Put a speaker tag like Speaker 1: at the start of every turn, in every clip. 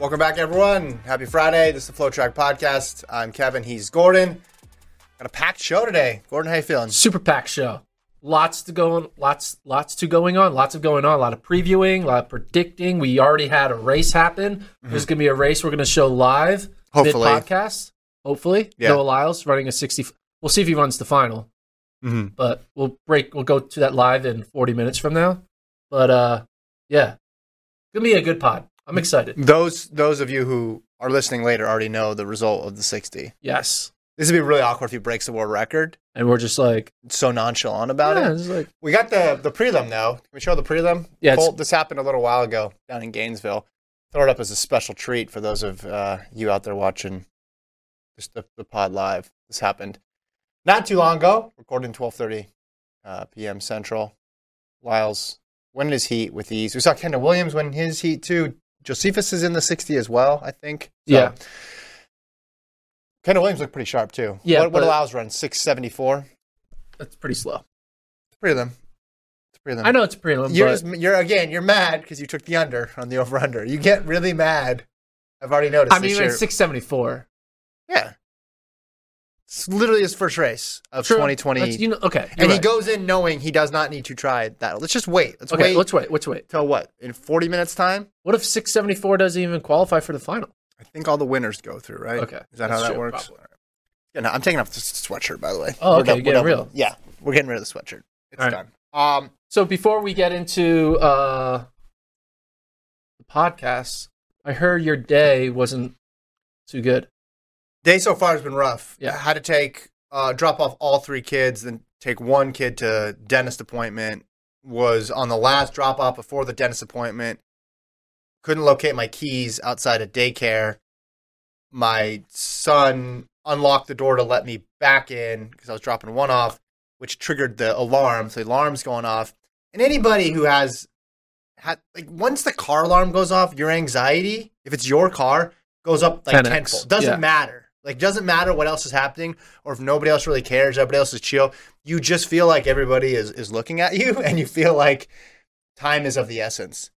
Speaker 1: Welcome back, everyone. Happy Friday. This is the Flow Track Podcast. I'm Kevin. He's Gordon. Got a packed show today. Gordon, how you feeling?
Speaker 2: Super pack show. Lots to go on. Lots, lots to going on. Lots of going on. A lot of previewing. A lot of predicting. We already had a race happen. There's going to be a race we're going to show live.
Speaker 1: Hopefully.
Speaker 2: podcast. Hopefully,
Speaker 1: Yeah.
Speaker 2: Noah Lyles running a 60. We'll see if he runs the final.
Speaker 1: Mm-hmm.
Speaker 2: but we'll break we'll go to that live in 40 minutes from now but uh yeah gonna be a good pod i'm excited
Speaker 1: Those those of you who are listening later already know the result of the 60.
Speaker 2: yes
Speaker 1: This would be really awkward if he breaks the world record.
Speaker 2: and we're just like
Speaker 1: So nonchalant about
Speaker 2: yeah,
Speaker 1: it.
Speaker 2: it's like
Speaker 1: We got the the prelim though. Can we show the prelim?
Speaker 2: Yeah, it's-
Speaker 1: Colt, this happened a little while ago down in Gainesville. Throw it up as a special treat for those of uh, you out there watching just the, the pod live. This happened not too long ago. Recorded 12:30 uh, p.m. Central. Lyles won his heat with ease. We saw Kendall Williams win his heat too. Josephus is in the 60 as well, I think.
Speaker 2: Yeah.
Speaker 1: Kendall Williams looked pretty sharp too.
Speaker 2: Yeah,
Speaker 1: What, what
Speaker 2: but-
Speaker 1: allows run 674?
Speaker 2: that's pretty slow
Speaker 1: Prelim. It's prelim.
Speaker 2: i know it's a prelim
Speaker 1: You're
Speaker 2: but
Speaker 1: just, you're again. You're mad because you took the under on the over under. You get really mad. I've already noticed.
Speaker 2: i mean
Speaker 1: this
Speaker 2: even
Speaker 1: year.
Speaker 2: at 674
Speaker 1: Yeah. It's literally his first race of
Speaker 2: True.
Speaker 1: 2020,
Speaker 2: That's- you know, okay
Speaker 1: and
Speaker 2: you're
Speaker 1: he
Speaker 2: right.
Speaker 1: goes in knowing he does not need to try that. Let's just wait. Let's
Speaker 2: okay
Speaker 1: wait
Speaker 2: let's wait let's wait
Speaker 1: till what in 40 minutes time.
Speaker 2: what if 674 doesn't even qualify for the final
Speaker 1: I think all the winners go through, right?
Speaker 2: Okay.
Speaker 1: Is that
Speaker 2: That's
Speaker 1: how that
Speaker 2: true,
Speaker 1: works?
Speaker 2: probably.
Speaker 1: All right. Yeah, no, I'm taking off this sweatshirt, by the way.
Speaker 2: Oh, okay,
Speaker 1: done-
Speaker 2: you're getting
Speaker 1: done with
Speaker 2: real.
Speaker 1: it. Yeah, we're getting rid of the sweatshirt. It's
Speaker 2: All right.
Speaker 1: done. Um,
Speaker 2: so before we get into uh the podcast i heard your day wasn't too good
Speaker 1: Day so far has been rough.
Speaker 2: Yeah.
Speaker 1: Had to take, uh, drop off all three kids, then take one kid to dentist appointment. Was on the last drop off before the dentist appointment. Couldn't locate my keys outside of daycare. My son unlocked the door to let me back in because I was dropping one off, which triggered the alarm. So the alarm's going off. And anybody who has had, like, once the car alarm goes off, your anxiety, if it's your car, goes up like
Speaker 2: 10x.
Speaker 1: tenfold. Doesn't
Speaker 2: Yeah.
Speaker 1: matter. Like, doesn't matter what else is happening or if nobody else really cares, everybody else is chill. You just feel like everybody is, is looking at you and you feel like time is of the essence.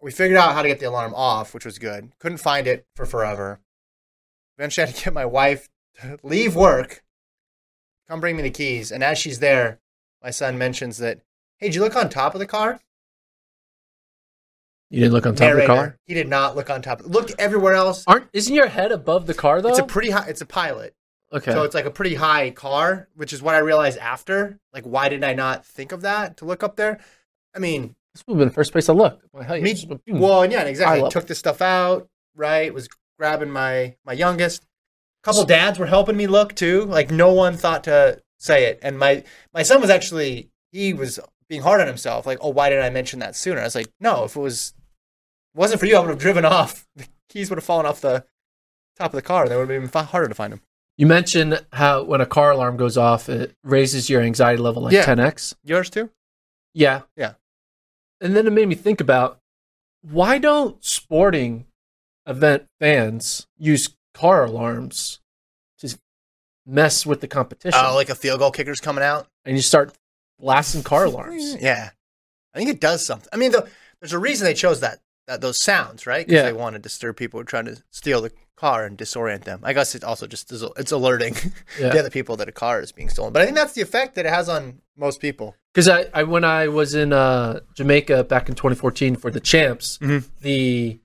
Speaker 1: We figured out how to get the alarm off, which was good. Couldn't find it for forever. Eventually, I had to get my wife to leave work, come bring me the keys. And as she's there, my son mentions that, hey, did you look on top of the car?
Speaker 2: you didn't look on top of the car
Speaker 1: Narrator, He did not look on top. Looked everywhere else.
Speaker 2: Aren't isn't your head above the car though?
Speaker 1: It's a pretty high, it's a pilot.
Speaker 2: okay.
Speaker 1: So it's like a pretty high car, which is what I realized after. Like, why did I not think of that to look up there? I mean,
Speaker 2: this would have been the first place I looked. My height.
Speaker 1: Me,
Speaker 2: Oh, Just went, boom.
Speaker 1: well, and yeah, and exactly.
Speaker 2: I
Speaker 1: I
Speaker 2: love
Speaker 1: took the stuff out, right? Was grabbing my my youngest. couple dads were helping me look too. Like no one thought to say it, and my my son was actually he was being hard on himself. Like, oh, why didn't I mention that sooner? I was like, no, if it was wasn't for you, I would have driven off. The keys would have fallen off the top of the car. That would have been fi- harder to find them.
Speaker 2: you mentioned how when a car alarm goes off, it raises your anxiety level like
Speaker 1: Yeah.
Speaker 2: 10x.
Speaker 1: Yours too.
Speaker 2: Yeah.
Speaker 1: Yeah.
Speaker 2: And then it made me think about why don't sporting event fans use car alarms to mess with the competition?
Speaker 1: Oh, like a field goal kicker's coming out.
Speaker 2: and you start blasting car alarms.
Speaker 1: Mm, Yeah, I think it does something. I mean, the, there's a reason they chose that, that those sounds, right? 'Cause
Speaker 2: Yeah.
Speaker 1: they want to disturb people who are trying to steal the car and disorient them. I guess it also just is, it's alerting
Speaker 2: Yeah.
Speaker 1: the other people that a car is being stolen. But I think that's the effect that it has on most people.
Speaker 2: Because I, I, when I was in uh, Jamaica back in 2014 for the champs, the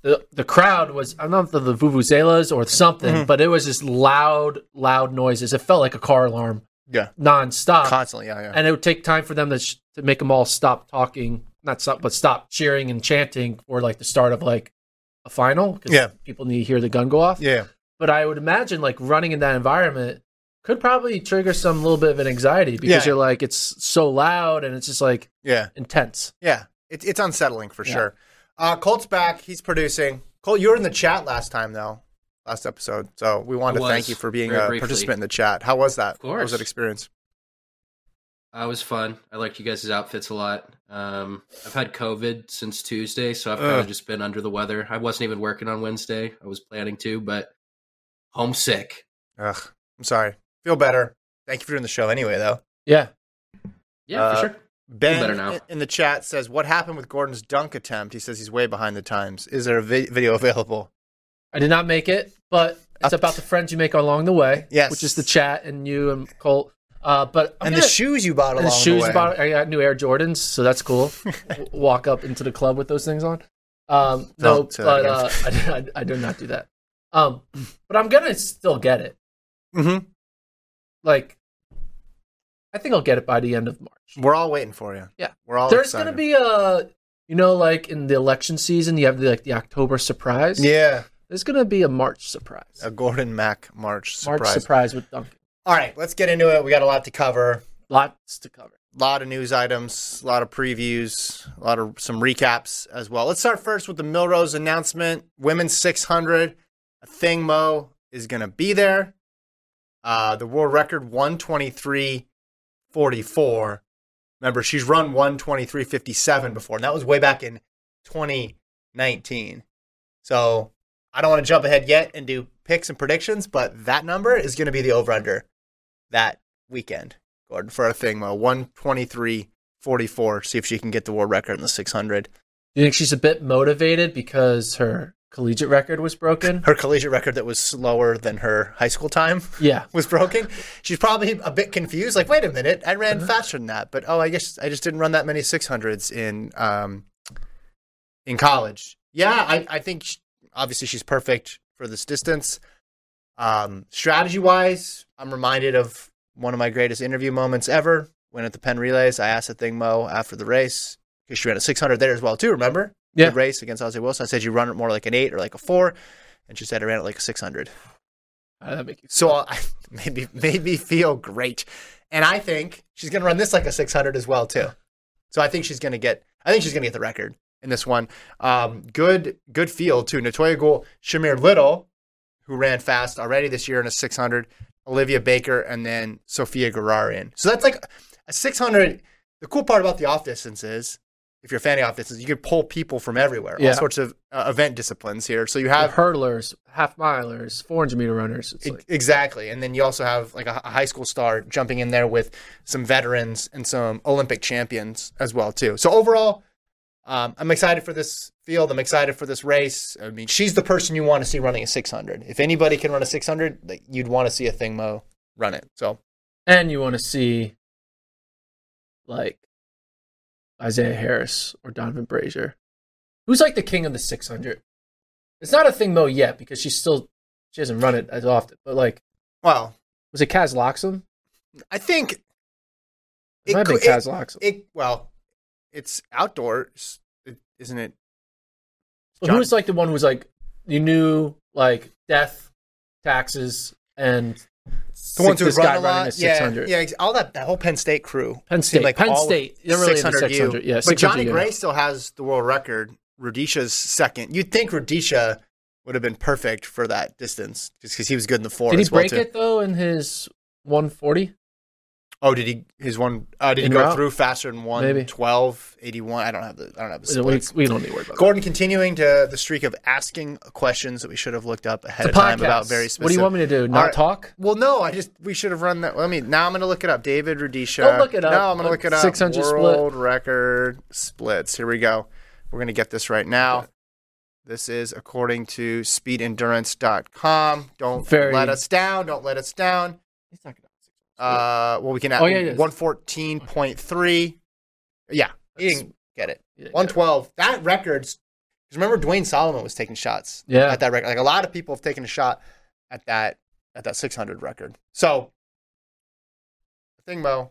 Speaker 2: the the crowd was I don't know if the, the vuvuzelas or something, but it was just loud, loud noises. It felt like a car alarm
Speaker 1: Yeah,
Speaker 3: Uh,
Speaker 2: nonstop,
Speaker 1: constantly. Yeah, yeah.
Speaker 2: and it would take time for them to sh- to make them all stop talking, not stop, but stop cheering and chanting for like the start of like a final. 'cause
Speaker 1: Yeah.
Speaker 2: people need to hear the gun go off.
Speaker 1: yeah.
Speaker 2: but I would imagine like running in that environment could probably trigger some little bit of an anxiety because
Speaker 1: Yeah.
Speaker 2: you're like it's so loud and it's just like
Speaker 1: Yeah.
Speaker 2: intense.
Speaker 1: Yeah, it's it's unsettling for
Speaker 2: Yeah.
Speaker 1: sure. Uh, Colt's back. He's producing. Colt, you were in the chat last time though, last episode. So we wanted
Speaker 3: I
Speaker 1: to thank
Speaker 3: was,
Speaker 1: you for being
Speaker 3: very
Speaker 1: a
Speaker 3: briefly.
Speaker 1: participant in the chat. How was that?
Speaker 3: Of
Speaker 1: How was that
Speaker 3: course.
Speaker 1: experience?
Speaker 3: Uh, it was fun. I liked you guys' outfits a lot. Um, I've had COVID since Tuesday, so I've kind
Speaker 1: Ugh.
Speaker 3: of just been under the weather. I wasn't even working on Wednesday. I was planning to, but homesick.
Speaker 1: Ugh, I'm sorry. Feel better. Thank you for doing the show anyway, though.
Speaker 2: Yeah.
Speaker 3: Yeah,
Speaker 1: Uh,
Speaker 3: for sure.
Speaker 1: Ben
Speaker 3: better now.
Speaker 1: in- in the chat says, "What happened with Gordon's dunk attempt?" He says he's way behind the times. Is there a vi- video available?
Speaker 2: I did not make it, but it's
Speaker 1: Uh,
Speaker 2: about the friends you make along the way.
Speaker 1: Yes.
Speaker 2: Which is the chat and you and Colt. Uh, but I'm
Speaker 1: and the
Speaker 2: gonna-
Speaker 1: shoes you bought
Speaker 2: and
Speaker 1: along
Speaker 2: the shoes
Speaker 1: the way.
Speaker 2: about I got new Air Jordans, so that's cool. W- Walk up into the club with those things on. Um, no,
Speaker 1: Don't say that
Speaker 2: but uh, I, did- I, I did not do that. Um, but I'm gonna still get it.
Speaker 1: mm-hmm.
Speaker 2: Like, I think I'll get it by the end of March.
Speaker 1: We're all waiting for you.
Speaker 2: Yeah.
Speaker 1: we're all.
Speaker 2: There's
Speaker 1: excited.
Speaker 2: gonna be a, you know, like in the election season, you have the, like the October surprise.
Speaker 1: yeah
Speaker 2: There's gonna be a March surprise.
Speaker 1: a Gordon Mack March surprise.
Speaker 2: March surprise with Duncan.
Speaker 1: All right, let's get into it. We got a lot to cover.
Speaker 2: Lots to cover.
Speaker 1: A lot of news items, a lot of previews, a lot of some recaps as well. Let's start first with the Milrose announcement. Women's 600, a thing Mo is going to be there. Uh, the world record 123.44. Remember, she's run 123.57 before, and that was way back in 2019. So I don't want to jump ahead yet and do picks and predictions, but that number is going to be the over under that weekend, Gordon, for a thing, Mo. 123.44. See if she can get the world record in the 600.
Speaker 2: Do you think she's a bit motivated because her collegiate record was broken?
Speaker 1: Her collegiate record that was slower than her high school time
Speaker 2: Yeah.
Speaker 1: was broken. She's probably a bit confused. Like, wait a minute, I ran faster than that, but oh, I guess I just didn't run that many 600s in um, in college. Yeah, I, I think sh obviously she's perfect for this distance. Um, strategy wise, I'm reminded of one of my greatest interview moments ever when at the Penn Relays, I asked the thing Mo after the race because she ran a 600 there as well too. Remember?
Speaker 2: Yeah.
Speaker 1: Good race against Ozzy Wilson. I said you run it more like an eight or like a four, and she said I ran it like a 600.
Speaker 2: How did that make you
Speaker 1: So I made me, made me feel great. And I think she's going to run this like a 600 as well too. So I think she's going to get I think she's going to get the record in this one. Um, good good field too. Natoya Gould, Shamir Little, who ran fast already this year in a 600, Olivia Baker and then Sophia Gararian. So that's like a 600 the cool part about the off distance is if you're a fan of off distance, you can pull people from everywhere,
Speaker 2: Yeah.
Speaker 1: all sorts of uh, event disciplines here. So you
Speaker 2: feel?
Speaker 1: have
Speaker 2: hurdlers, half milers, 400 meter runners. It's
Speaker 1: E-
Speaker 2: like,
Speaker 1: exactly. And then you also have like a, a high school star jumping in there with some veterans and some Olympic champions as well too. So overall, um, I'm excited for this field. I'm excited for this race. I mean, she's the person you want to see running a 600. If anybody can run a 600, like, you'd want to see a thing Mo run it. So
Speaker 2: and you want to see like Isaiah Harris or Donovan Brazier, who's like the king of the 600. It's not a thing Mo yet because she's still she hasn't run it as often. But like,
Speaker 1: well,
Speaker 2: was it Kaz Loxam?
Speaker 1: I think
Speaker 2: It might have been
Speaker 1: cou-
Speaker 2: Kaz Loxam.
Speaker 1: it- well, it's outdoors, is isn't it?
Speaker 2: But who was like the one who was like you knew like death, taxes, and
Speaker 1: The ones who
Speaker 2: this
Speaker 1: run
Speaker 2: guy
Speaker 1: a
Speaker 2: running
Speaker 1: lot,
Speaker 2: a 600.
Speaker 1: yeah, yeah. ex- All that, that whole Penn State crew,
Speaker 2: Penn
Speaker 1: seemed
Speaker 2: State, Penn
Speaker 1: all-
Speaker 2: State. They're really in the
Speaker 1: 600U.
Speaker 2: 600, yeah,
Speaker 1: but
Speaker 2: 600,
Speaker 1: Johnny
Speaker 2: yeah.
Speaker 1: Gray still has the world record. Rhodesia's second. You'd think Rhodesia would have been perfect for that distance, just because he was good in the four.
Speaker 2: Did he
Speaker 1: as well,
Speaker 2: break
Speaker 1: too.
Speaker 2: it though in his 140?
Speaker 1: Oh, did he? His one. Uh, did he
Speaker 2: In
Speaker 1: go
Speaker 2: route?
Speaker 1: through faster than one?
Speaker 2: Maybe.
Speaker 1: 12, 81? I don't have the. I don't have the
Speaker 2: we,
Speaker 1: splits.
Speaker 2: we don't need to worry about that.
Speaker 1: Gordon continuing to the streak of asking questions that we should have looked up ahead
Speaker 2: It's a
Speaker 1: of time
Speaker 2: podcast.
Speaker 1: about very specific.
Speaker 2: What do you want me to do? Not
Speaker 1: All right.
Speaker 2: talk?
Speaker 1: Well, no, I just we should have run that. Let me now. I'm going to look it up. David Rudisha.
Speaker 2: Don't look it up.
Speaker 1: No, I'm going to look it up.
Speaker 2: 600 split.
Speaker 1: world record splits. Here we go. We're going to get this right now. This is according to speedendurance.com. Don't
Speaker 2: Very-
Speaker 1: let us down. Don't let us down.
Speaker 2: He's not gonna-
Speaker 1: Uh, well, we can add
Speaker 2: Oh, yeah, it is.
Speaker 1: 114.3. Yeah, he
Speaker 2: That's-
Speaker 1: didn't get it.
Speaker 2: he didn't get it.
Speaker 1: 112. That record's. Because remember, Dwayne Solomon was taking shots
Speaker 2: Yeah.
Speaker 1: at that record. Like a lot of people have taken a shot at that at that 600 record. So, the thing, Mo,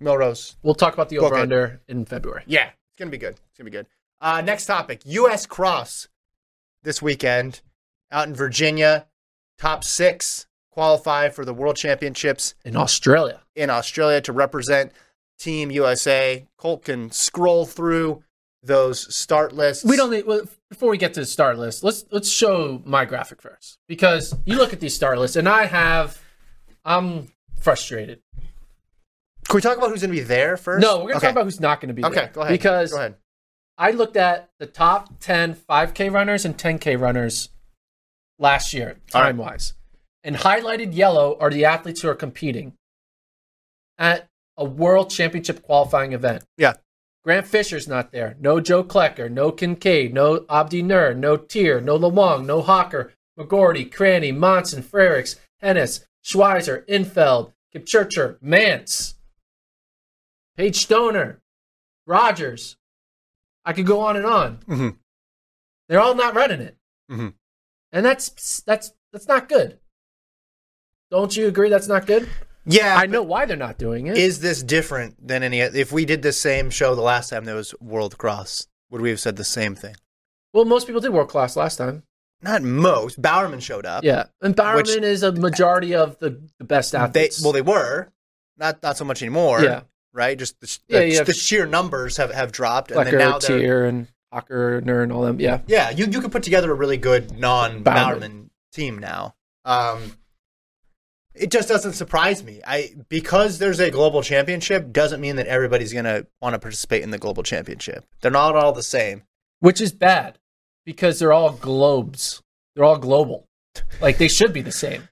Speaker 1: Melrose.
Speaker 2: We'll talk about the
Speaker 1: Book
Speaker 2: over
Speaker 1: it.
Speaker 2: under in February.
Speaker 1: Yeah, it's gonna be good. It's gonna be good. Uh, next topic: U.S. Cross this weekend out in Virginia. Top six qualify for the World Championships
Speaker 2: In Australia.
Speaker 1: in Australia to represent Team USA. Colt can scroll through those start lists.
Speaker 2: We don't need well, before we get to the star list, let's let's show my graphic first. Because you look at these star lists and I have I'm frustrated.
Speaker 1: Can we talk about who's gonna be there first?
Speaker 2: No, we're gonna
Speaker 1: Okay.
Speaker 2: talk about who's not gonna be there.
Speaker 1: Okay, go ahead.
Speaker 2: Because
Speaker 1: go ahead.
Speaker 2: I looked at the top 10 5K runners and 10K runners last year,
Speaker 1: All right.
Speaker 2: time wise. And highlighted yellow are the athletes who are competing at a world championship qualifying event.
Speaker 1: Yeah.
Speaker 2: Grant Fisher's not there. No Joe Klecker. No Kincaid. No Abdi Nur. No Tier. No Lewong. No Hawker. McGordy. Cranny. Monson. Frericks. Hennis. Schweizer. Infeld. Kipchurcher. Mance. Paige Stoner. Rogers. I could go on and on.
Speaker 1: Mm-hmm.
Speaker 2: They're all not running it,
Speaker 1: Mhm.
Speaker 2: and that's that's that's not good. Don't you agree? That's not good.
Speaker 1: Yeah,
Speaker 2: I know why they're not doing it.
Speaker 1: Is this different than any? If we did the same show the last time there was World Cross, would we have said the same thing?
Speaker 2: well, most people did world class last time.
Speaker 1: Not most. Bowerman showed up.
Speaker 2: Yeah, and Bowerman is a majority of the, the best
Speaker 1: They
Speaker 2: athletes.
Speaker 1: well, they were not not so much anymore.
Speaker 2: Yeah.
Speaker 1: Right. Just the, sh-
Speaker 2: Yeah,
Speaker 1: the,
Speaker 2: yeah.
Speaker 1: the sheer numbers have, have dropped,
Speaker 2: Flecker,
Speaker 1: and then now they're
Speaker 2: Tier, and Hocker, Nern, and all them. Yeah,
Speaker 1: yeah. You you can put together a really good non Bowerman
Speaker 2: Bowerman.
Speaker 1: team now. Um, it just doesn't surprise me. I because there's a global championship doesn't mean that everybody's gonna want to participate in the global championship. They're not all the same.
Speaker 2: which is bad because they're all globes. They're all global. Like they should be the same.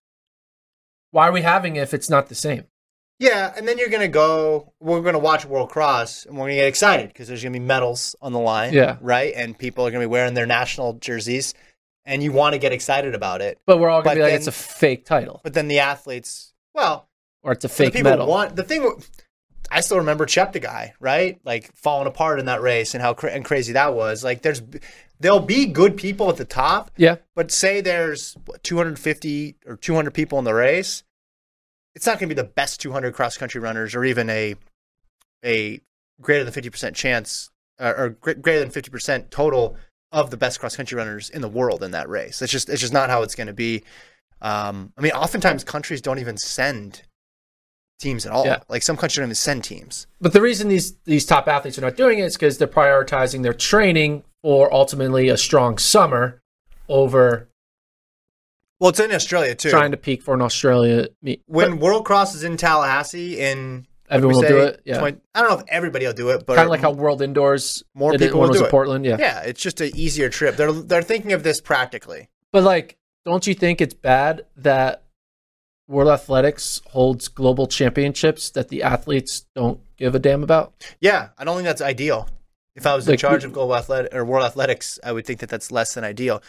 Speaker 2: Why are we having it if it's not the same?
Speaker 1: Yeah, and then you're gonna go. We're gonna watch World Cross, and we're gonna get excited because there's gonna be medals on the line.
Speaker 2: Yeah.
Speaker 1: right. And people are gonna be wearing their national jerseys, and you want to get excited about it.
Speaker 2: But we're all
Speaker 1: But
Speaker 2: gonna be like,
Speaker 1: then-
Speaker 2: it's a fake title
Speaker 1: But then the athletes, well,
Speaker 2: or it's a
Speaker 1: the
Speaker 2: fake
Speaker 1: people
Speaker 2: medal.
Speaker 1: want the thing. I still remember Chepta guy, right? Like falling apart in that race and how cra- and crazy that was. Like there's, there'll be good people at the top,
Speaker 2: yeah.
Speaker 1: but say there's what, 250 or 200 people in the race, it's not going to be the best 200 cross country runners or even a a greater than 50% chance or, or gre- greater than 50% total of the best cross country runners in the world in that race. It's just it's just not how it's going to be. Um, I mean, oftentimes countries don't even send teams at all.
Speaker 2: Yeah.
Speaker 1: Like some countries don't even send teams.
Speaker 2: But the reason these these top athletes are not doing it is because they're prioritizing their training for ultimately a strong summer over
Speaker 1: Well, it's in Australia too.
Speaker 2: trying to peak for an Australia meet.
Speaker 1: when World Cross is in Tallahassee in
Speaker 2: Everyone
Speaker 1: we
Speaker 2: will
Speaker 1: say
Speaker 2: do it, yeah.
Speaker 1: 20 I don't know if everybody will do it, but
Speaker 2: kind of like how World Indoors
Speaker 1: more
Speaker 2: did it
Speaker 1: people
Speaker 2: when
Speaker 1: will
Speaker 2: it was
Speaker 1: do
Speaker 2: in
Speaker 1: it.
Speaker 2: Portland, yeah.
Speaker 1: yeah, it's just an easier trip. They're they're thinking of this practically.
Speaker 2: But like, don't you think it's bad that World Athletics holds global championships that the athletes don't give a damn about?
Speaker 1: Yeah, I don't think that's ideal. If I was in
Speaker 2: Like,
Speaker 1: charge
Speaker 2: we-
Speaker 1: of global athletic or world athletics, I would think that that's less than ideal.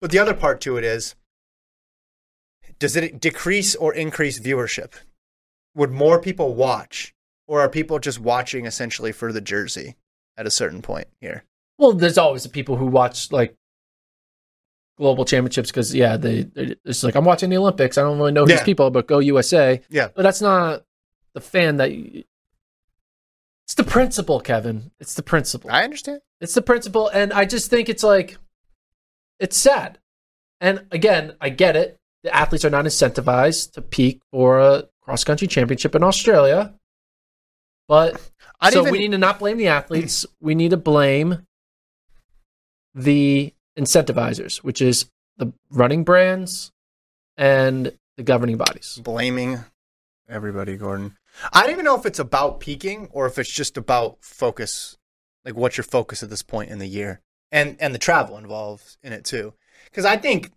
Speaker 1: But the other part to it is, does it decrease or increase viewership? Would more people watch, or are people just watching essentially for the jersey at a certain point here?
Speaker 2: Well, there's always the people who watch like global championships because yeah, they they- it's like I'm watching the Olympics. I don't really know these
Speaker 1: Yeah.
Speaker 2: people, but go USA.
Speaker 1: Yeah.
Speaker 2: but that's not the fan that. You, it's the principle, Kevin. It's the principle.
Speaker 1: I understand.
Speaker 2: It's the principle, and I just think it's like it's sad. And again, I get it. The athletes are not incentivized to peak for a cross country championship in Australia, but
Speaker 1: I
Speaker 2: so
Speaker 1: didn't
Speaker 2: we
Speaker 1: even-
Speaker 2: need to not blame the athletes. we need to blame the incentivizers, which is the running brands and the governing bodies.
Speaker 1: blaming everybody, Gordon. I don't even know if it's about peaking or if it's just about focus, like what's your focus at this point in the year, and and the travel involved in it too. Because I think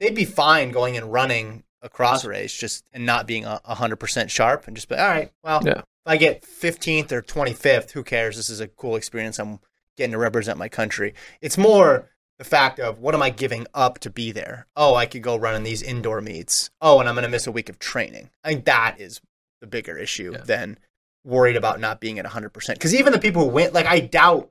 Speaker 1: they'd be fine going and running a cross race just and not being a hundred percent sharp and just be all right. Well,
Speaker 2: Yeah.
Speaker 1: if I get fifteenth or twenty fifth, who cares? This is a cool experience. I'm getting to represent my country. It's more the fact of what am I giving up to be there? Oh, I could go run in these indoor meets. Oh, and I'm going to miss a week of training. I think that is the bigger issue than worried about not being at 100%. Because even the people who went, like, I doubt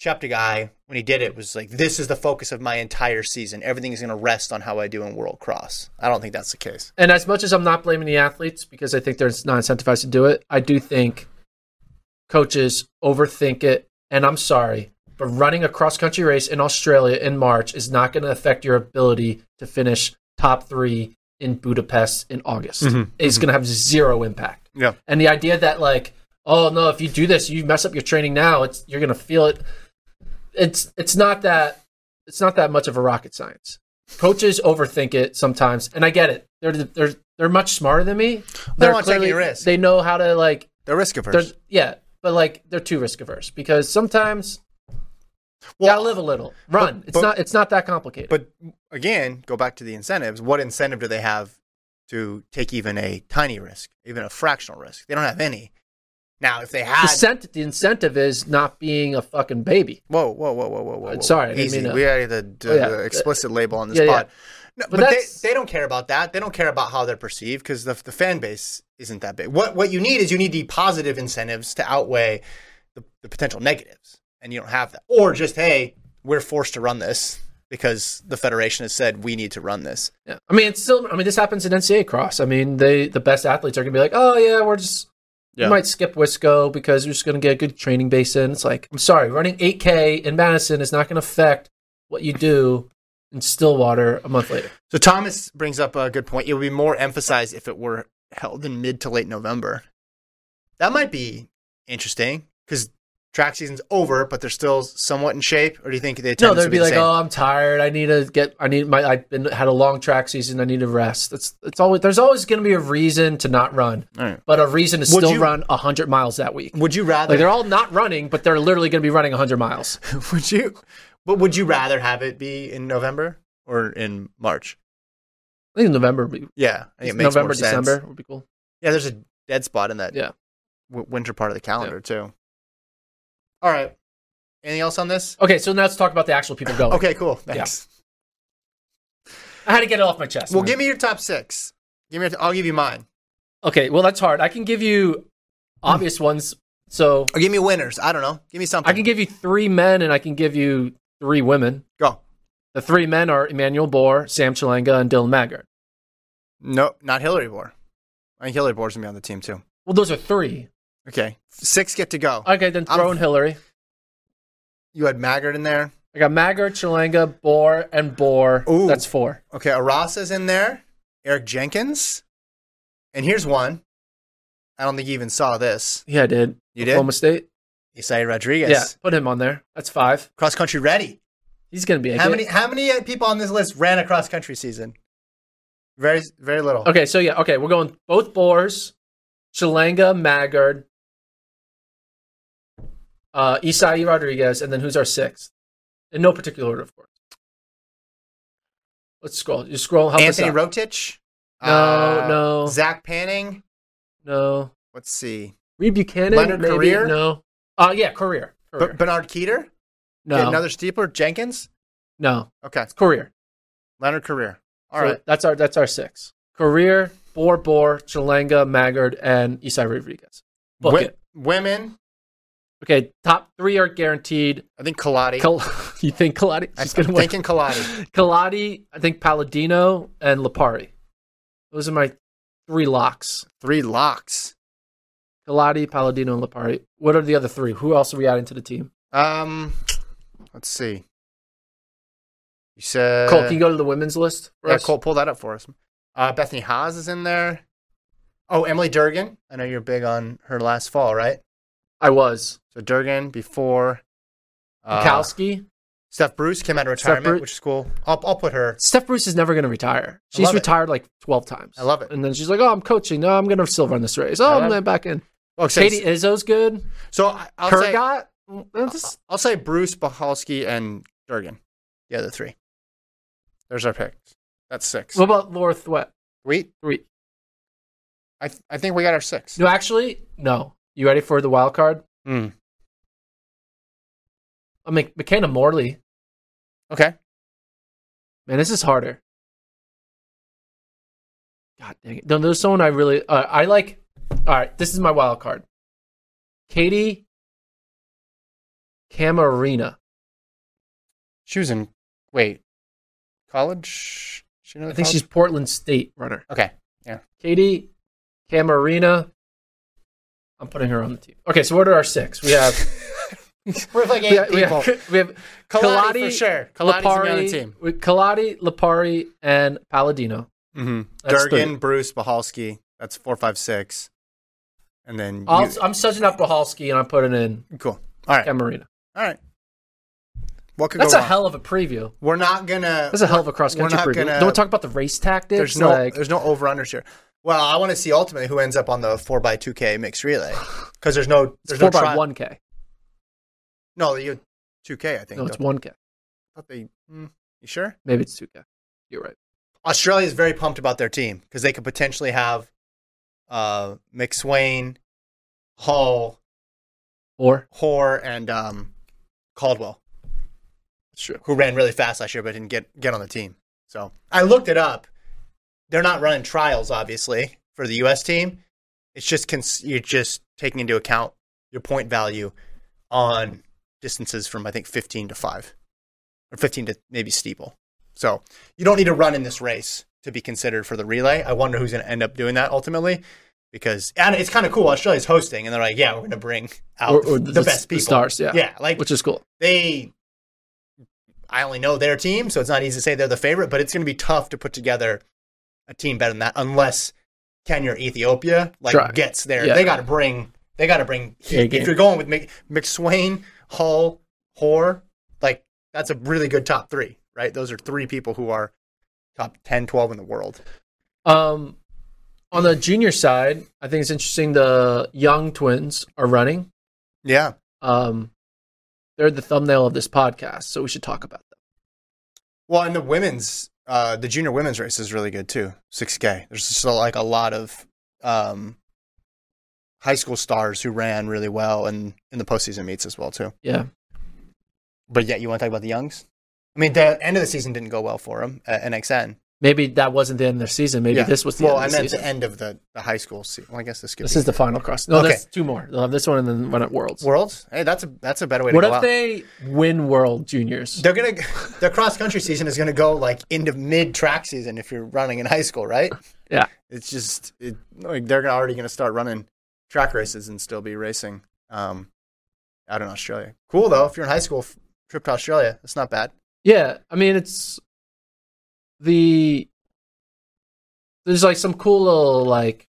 Speaker 1: Chapter Guy, when he did it, was like, this is the focus of my entire season. Everything is going to rest on how I do in World Cross. I don't think that's the case.
Speaker 2: And as much as I'm not blaming the athletes because I think they're not incentivized to do it, I do think coaches overthink it. And I'm sorry, but running a cross country race in Australia in March is not going to affect your ability to finish top three in Budapest in August. It's going to have zero impact.
Speaker 1: Mm-hmm. Yeah.
Speaker 2: And the idea that like, oh no, if you do this, you mess up your training now. It's you're going to feel it. It's it's not that it's not that much of a rocket science. Coaches overthink it sometimes, and I get it. They're they're they're much smarter than me. They're
Speaker 1: want to take any risk.
Speaker 2: They know how to like.
Speaker 1: They're risk averse.
Speaker 2: They're, yeah, but like they're too risk averse because sometimes
Speaker 1: Well,
Speaker 2: gotta live a little. Run.
Speaker 1: but-
Speaker 2: it's
Speaker 1: but-
Speaker 2: not it's not that complicated.
Speaker 1: But again, go back to the incentives. What incentive do they have to take even a tiny risk, even a fractional risk? They don't have any. Now, if they had,
Speaker 2: the, cent- the incentive is not being a fucking baby.
Speaker 1: whoa, whoa, whoa, whoa, whoa, whoa,
Speaker 2: Uh,
Speaker 1: whoa.
Speaker 2: sorry, I didn't
Speaker 1: easy.
Speaker 2: mean to-
Speaker 1: we added the, the
Speaker 2: Oh, yeah.
Speaker 1: the explicit label on this
Speaker 2: Yeah, yeah.
Speaker 1: pod. No, but
Speaker 2: But that's-
Speaker 1: they, they don't care about that. They don't care about how they're perceived because the the fan base isn't that big. What what you need is you need the positive incentives to outweigh the, the potential negatives, and you don't have that. Or just hey, we're forced to run this because the federation has said we need to run this.
Speaker 2: Yeah. I mean, it's still. I mean, this happens in NCAA cross. I mean, they the best athletes are gonna be like, oh yeah, we're just we might skip Wisco because we're just gonna get a good training base in. It's like I'm sorry, running 8K in Madison is not gonna affect what you do in Stillwater a month later.
Speaker 1: So Thomas brings up a good point. It would be more emphasized if it were held in mid to late November. That might be interesting because track season's over, but they're still somewhat in shape. Or do you think they?
Speaker 2: No,
Speaker 1: tend
Speaker 2: they'd
Speaker 1: to
Speaker 2: be
Speaker 1: the
Speaker 2: like,
Speaker 1: same?
Speaker 2: "Oh, I'm tired. I need to get. I need my. I've been had a long track season. I need to rest." That's. It's always. There's always going to be a reason to not run,
Speaker 1: All right.
Speaker 2: but a reason to
Speaker 1: Would
Speaker 2: still
Speaker 1: you-
Speaker 2: run run hundred miles that week.
Speaker 1: Would you rather?
Speaker 2: Like they're all not running, but they're literally going to be running hundred miles.
Speaker 1: would you? But would you rather have it be in November or in March?
Speaker 2: I think November, would be,
Speaker 1: Yeah, I think it makes
Speaker 2: November,
Speaker 1: more sense.
Speaker 2: December would be cool.
Speaker 1: Yeah, there's a dead spot in that
Speaker 2: Yeah.
Speaker 1: w- winter part of the calendar too. All right. Anything else on this?
Speaker 2: Okay, so now let's talk about the actual people going.
Speaker 1: Okay, cool. Thanks.
Speaker 2: I had to get it off my chest.
Speaker 1: Well,
Speaker 2: man.
Speaker 1: give me your top six. Give me. Your I'll give you mine.
Speaker 2: Okay, well that's hard. I can give you
Speaker 1: Hmm.
Speaker 2: obvious ones. So
Speaker 1: Or give me winners. I don't know. Give me something.
Speaker 2: I can give you three men, and I can give you three women.
Speaker 1: go.
Speaker 2: The three men are Emmanuel Bohr, Sam Chalanga, and Dylan Maggard.
Speaker 1: No, not Hillary Bohr. I think Hillary Bohr's gonna be on the team too.
Speaker 2: Well, those are three.
Speaker 1: Okay, six get to go.
Speaker 2: Okay, then
Speaker 1: I'm-
Speaker 2: throw in Hillary.
Speaker 1: you had Maggard in there.
Speaker 2: I got Maggard, Chalanga, Bohr, and Bohr.
Speaker 1: Ooh.
Speaker 2: That's four.
Speaker 1: Okay, Arasa's in there. Eric Jenkins. And here's one. I don't think you even saw this.
Speaker 2: Yeah, I did.
Speaker 1: You did?
Speaker 2: Oklahoma State.
Speaker 1: Isaiah Rodriguez.
Speaker 2: Yeah, put him on there. That's five.
Speaker 1: Cross country ready.
Speaker 2: He's gonna be. A
Speaker 1: How
Speaker 2: good-
Speaker 1: many? How many uh, people on this list ran a cross country season? Very, very little.
Speaker 2: Okay, so yeah, okay, we're going both Boers, Chalanga, Maggard, uh, Isai Rodriguez, and then who's our sixth? In no particular order, of course. Let's scroll. You scroll. Help
Speaker 1: Anthony
Speaker 2: us out.
Speaker 1: Rotich.
Speaker 2: No, no.
Speaker 1: Zach Panning.
Speaker 2: no.
Speaker 1: Let's see.
Speaker 2: Reed Buchanan.
Speaker 1: Leonard
Speaker 2: maybe?
Speaker 1: Career?
Speaker 2: No. Uh, yeah, career.
Speaker 1: B-
Speaker 2: career.
Speaker 1: Bernard Keeter.
Speaker 2: no.
Speaker 1: Get another steepler. Jenkins.
Speaker 2: no.
Speaker 1: Okay.
Speaker 2: It's career.
Speaker 1: Leonard Career. All
Speaker 2: So
Speaker 1: right.
Speaker 2: That's our that's our six. Career, Boer, Boer, Chalanga, Maggard, and Isai Rodriguez. Book
Speaker 1: Wo-
Speaker 2: it.
Speaker 1: Women.
Speaker 2: Okay, top three are guaranteed.
Speaker 1: I think Kaladi.
Speaker 2: Col- you think Kaladi?
Speaker 1: I'm
Speaker 2: She's gonna win.
Speaker 1: thinking Kaladi.
Speaker 2: Kaladi, I think Palladino and Lapari. Those are my three locks.
Speaker 1: Three locks.
Speaker 2: Kaladi, Palladino, and Lapari. What are the other three? Who else are we adding to the team?
Speaker 1: Um, let's see. You said
Speaker 2: Cole, can you go to the women's list? for
Speaker 1: Uh, Yeah,
Speaker 2: us?
Speaker 1: Cole, pull that up for us. Uh, Bethany Haas is in there. Oh, Emily Durgan. I know you're big on her last fall, right?
Speaker 2: I was.
Speaker 1: So Durgan before. uh,
Speaker 2: Bukowski,
Speaker 1: Steph Bruce came out of
Speaker 2: Steph
Speaker 1: retirement,
Speaker 2: Bru-
Speaker 1: which is cool. I'll, I'll put her.
Speaker 2: Steph Bruce is never going to retire.
Speaker 1: I
Speaker 2: She's
Speaker 1: love it.
Speaker 2: retired like 12 times.
Speaker 1: I love it.
Speaker 2: And then she's like, oh, I'm coaching. No, I'm going to still run this race. Oh,
Speaker 1: I
Speaker 2: I'm
Speaker 1: love
Speaker 2: then back in.
Speaker 1: Well, except-
Speaker 2: Katie Izzo's good.
Speaker 1: Oh, so I- I'll say,
Speaker 2: Kurgat.
Speaker 1: I'll say Bruce, Bahalski, and Durgan. The other three. There's our picks. That's six.
Speaker 2: What about Laura Thwett?
Speaker 1: Sweet.
Speaker 2: Three.
Speaker 1: I, th- I think we got our six.
Speaker 2: No, actually, no. You ready for the wild card?
Speaker 1: Mm.
Speaker 2: I mean, McKenna Morley.
Speaker 1: Okay.
Speaker 2: Man, this is harder. God dang it. No, there's someone I really, uh, I like. All right, this is my wild card. Katie Camarina.
Speaker 1: She was in, wait, college? She know
Speaker 2: I think she's Portland State runner.
Speaker 1: Okay. Yeah.
Speaker 2: Katie Camarina. I'm putting her on the team. Okay, so what are our six? We have
Speaker 1: We're like
Speaker 2: we have, we have, we have
Speaker 1: Kaladi for
Speaker 2: Kaladi,
Speaker 1: sure. Kaladi's gonna be on the
Speaker 2: Lipari-
Speaker 1: team.
Speaker 2: with Kaladi, Lapari, and Palladino.
Speaker 1: Mm-hmm.
Speaker 2: That's
Speaker 1: Durgan,
Speaker 2: three.
Speaker 1: Bruce, Bahalski. That's four, five, six. And then you-
Speaker 2: I'll, I'm such up Bahalski and I'm putting in
Speaker 1: cool. All right.
Speaker 2: Camarina.
Speaker 1: All right. What could
Speaker 2: That's
Speaker 1: go
Speaker 2: a
Speaker 1: wrong?
Speaker 2: hell of a preview.
Speaker 1: We're not gonna.
Speaker 2: That's a hell of a cross country
Speaker 1: we're not
Speaker 2: preview.
Speaker 1: gonna-
Speaker 2: Don't we talk about the race tactics.
Speaker 1: There's no.
Speaker 2: like,
Speaker 1: There's no over unders here. Well, I want to see ultimately who ends up on the four x two k mixed relay because there's no.
Speaker 2: it's
Speaker 1: There's
Speaker 2: four
Speaker 1: no
Speaker 2: by
Speaker 1: tri-
Speaker 2: one k.
Speaker 1: No, you two k. I think.
Speaker 2: No, it's
Speaker 1: don't-
Speaker 2: one k.
Speaker 1: I thought they- mm, you sure?
Speaker 2: Maybe it's two k. You're right.
Speaker 1: Australia is very pumped about their team because they could potentially have uh, McSwain, Hall,
Speaker 2: Or
Speaker 1: Hoare, and um, Caldwell.
Speaker 2: sure.
Speaker 1: who ran really fast last year but didn't get, get on the team. So I looked it up. They're not running trials, obviously, for the U.S. team. It's just cons- you're just taking into account your point value on distances from I think 15 to five, or 15 to maybe steeple. So you don't need to run in this race to be considered for the relay. I wonder who's going to end up doing that ultimately, because and it's kind of cool. Australia's hosting, and they're like, yeah, we're going to bring out
Speaker 2: Or, or
Speaker 1: the,
Speaker 2: the,
Speaker 1: best people,
Speaker 2: stars. Yeah.
Speaker 1: yeah, like
Speaker 2: which is cool.
Speaker 1: they I only know their team, so it's not easy to say they're the favorite, but it's going to be tough to put together a team better than that unless Kenya or Ethiopia like
Speaker 2: Try.
Speaker 1: gets there.
Speaker 2: Yeah.
Speaker 1: They got to bring they got to bring
Speaker 2: Yeah,
Speaker 1: heat.
Speaker 2: game.
Speaker 1: If you're going with Mc, McSwain, Hull, Hoare, like that's a really good top 3, right? Those are three people who are top 10, 12 in the world.
Speaker 2: Um, on the junior side, I think it's interesting. The young twins are running.
Speaker 1: Yeah.
Speaker 2: Um, they're the thumbnail of this podcast, so we should talk about them.
Speaker 1: Well, and the women's, uh, the junior women's race is really good too. Six K. There's still like a lot of um, high school stars who ran really well and in the postseason meets as well too.
Speaker 2: Yeah.
Speaker 1: But yet, you want to talk about the youngs? I mean, the end of the season didn't go well for them at NXN.
Speaker 2: Maybe that wasn't the end of their season. Maybe
Speaker 1: Yeah.
Speaker 2: this was the
Speaker 1: well,
Speaker 2: end of
Speaker 1: and
Speaker 2: the
Speaker 1: then
Speaker 2: season.
Speaker 1: the end of the, the high school season. Well, I guess this could
Speaker 2: This
Speaker 1: be
Speaker 2: is the final cross. No,
Speaker 1: Okay.
Speaker 2: there's two more. They'll have this one and then one at Worlds.
Speaker 1: worlds. Hey, that's a that's a better way
Speaker 2: What
Speaker 1: to
Speaker 2: if
Speaker 1: go. out.
Speaker 2: they win World Juniors?
Speaker 1: They're gonna their cross country season is gonna go like into mid track season if you're running in high school, right?
Speaker 2: Yeah.
Speaker 1: It's just it, like they're gonna, already gonna start running track races and still be racing um, out in Australia. Cool though, if you're in high school, f- trip to Australia, that's not bad.
Speaker 2: Yeah, I mean it's the there's like some cool little like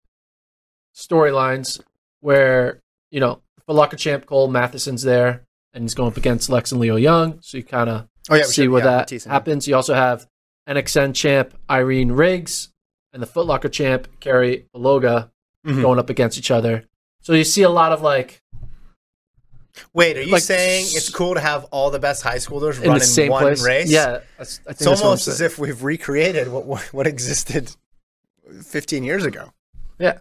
Speaker 2: storylines where you know Balaka champ Cole Matheson's there and he's going up against Lex and Leo Young, so you kind of
Speaker 1: Oh yeah, we
Speaker 2: see
Speaker 1: should-
Speaker 2: where
Speaker 1: yeah,
Speaker 2: that
Speaker 1: Matisse and-
Speaker 2: happens. You also have NXN champ Irene Riggs and the Footlocker champ Carrie Beloga
Speaker 1: Mhm.
Speaker 2: going up against each other. So you see a lot of like
Speaker 1: Wait, are you
Speaker 2: like,
Speaker 1: saying it's cool to have all the best high schoolers
Speaker 2: in
Speaker 1: running
Speaker 2: the same
Speaker 1: one
Speaker 2: place.
Speaker 1: race?
Speaker 2: Yeah, that's, I think
Speaker 1: It's
Speaker 2: that's what I'm
Speaker 1: almost as
Speaker 2: saying.
Speaker 1: if we've recreated what what what existed 15 years ago.
Speaker 2: Yeah.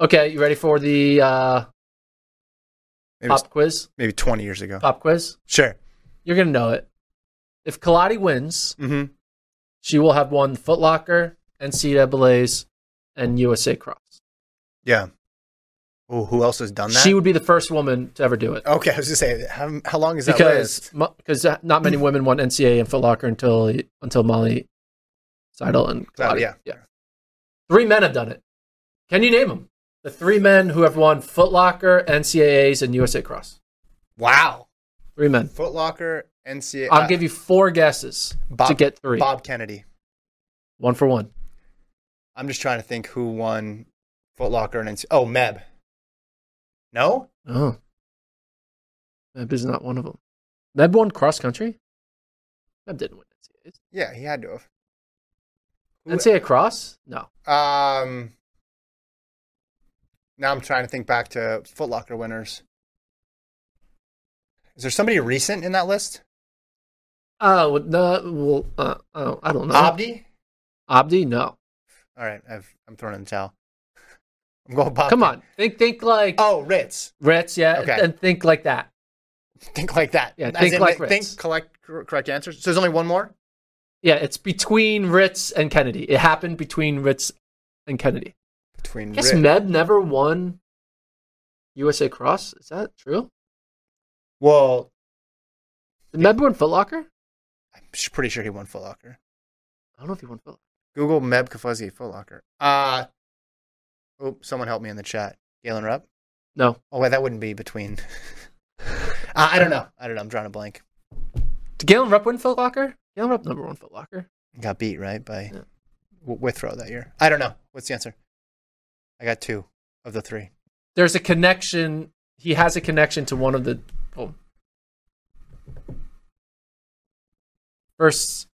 Speaker 2: Okay, you ready for the uh,
Speaker 1: Maybe,
Speaker 2: pop quiz?
Speaker 1: maybe 20 years ago.
Speaker 2: Pop quiz.
Speaker 1: Sure.
Speaker 2: You're gonna know it. If Kaladi wins,
Speaker 1: Mm-hmm.
Speaker 2: she will have won Foot Locker, NCAA's, and USA Cross.
Speaker 1: Yeah. Oh, who else has done that?
Speaker 2: She would be the first woman to ever do it
Speaker 1: Okay, I was gonna say, how, how long is that
Speaker 2: because
Speaker 1: list?
Speaker 2: because not many women won NCAA and Foot Locker until until Molly Seidel and
Speaker 1: Oh,
Speaker 2: Kaladi.
Speaker 1: yeah.
Speaker 2: yeah. Three men have done it. Can you name them? The three men who have won Foot Locker, NCAA's, and USA Cross.
Speaker 1: Wow.
Speaker 2: Three men.
Speaker 1: Foot Locker, NCAA.
Speaker 2: I'll give you four guesses
Speaker 1: uh, Bob,
Speaker 2: to get three.
Speaker 1: Bob Kennedy.
Speaker 2: One for one.
Speaker 1: I'm just trying to think who won Foot Locker and NCAA. Oh, Meb. No?
Speaker 2: Oh. Meb is not one of them. Meb won cross country? That didn't win NCAAs.
Speaker 1: Yeah, he had to have. Who-
Speaker 2: NCAA cross? No.
Speaker 1: Um, now I'm trying to think back to Foot Locker winners. Is there somebody recent in that list?
Speaker 2: Oh, no. Well, uh, oh, I don't know.
Speaker 1: Abdi.
Speaker 2: Abdi? No.
Speaker 1: All right, I've, I'm throwing in the towel. I'm going Bob.
Speaker 2: Come on. Think, think like
Speaker 1: Oh, Ritz.
Speaker 2: Ritz, yeah,
Speaker 1: Okay.
Speaker 2: and think like that.
Speaker 1: Think like that.
Speaker 2: Yeah,
Speaker 1: As
Speaker 2: think
Speaker 1: in,
Speaker 2: like Ritz.
Speaker 1: Think collect cor- correct answers. So there's only one more.
Speaker 2: Yeah, it's between Ritz and Kennedy. It happened between Ritz and Kennedy.
Speaker 1: Between
Speaker 2: I guess
Speaker 1: Ritz.
Speaker 2: Meb never won USA Cross. Is that true?
Speaker 1: well,
Speaker 2: Did Meb win Foot Locker?
Speaker 1: I'm sh- pretty sure he won Foot Locker.
Speaker 2: I don't know if he won Foot Locker.
Speaker 1: Google Meb Kafuzzi Foot Locker. Uh, oh, someone help me in the chat. Galen Rupp.
Speaker 2: No.
Speaker 1: Oh wait, that wouldn't be between. uh, I don't know. I don't know. I'm drawing a blank.
Speaker 2: Did Galen Rupp win Foot Locker? Galen Rupp number one Foot Locker.
Speaker 1: Got beat right by
Speaker 2: Yeah.
Speaker 1: w Withrow that year. I don't know. What's the answer? I got two of the three.
Speaker 2: There's a connection. He has a connection to one of the oh. first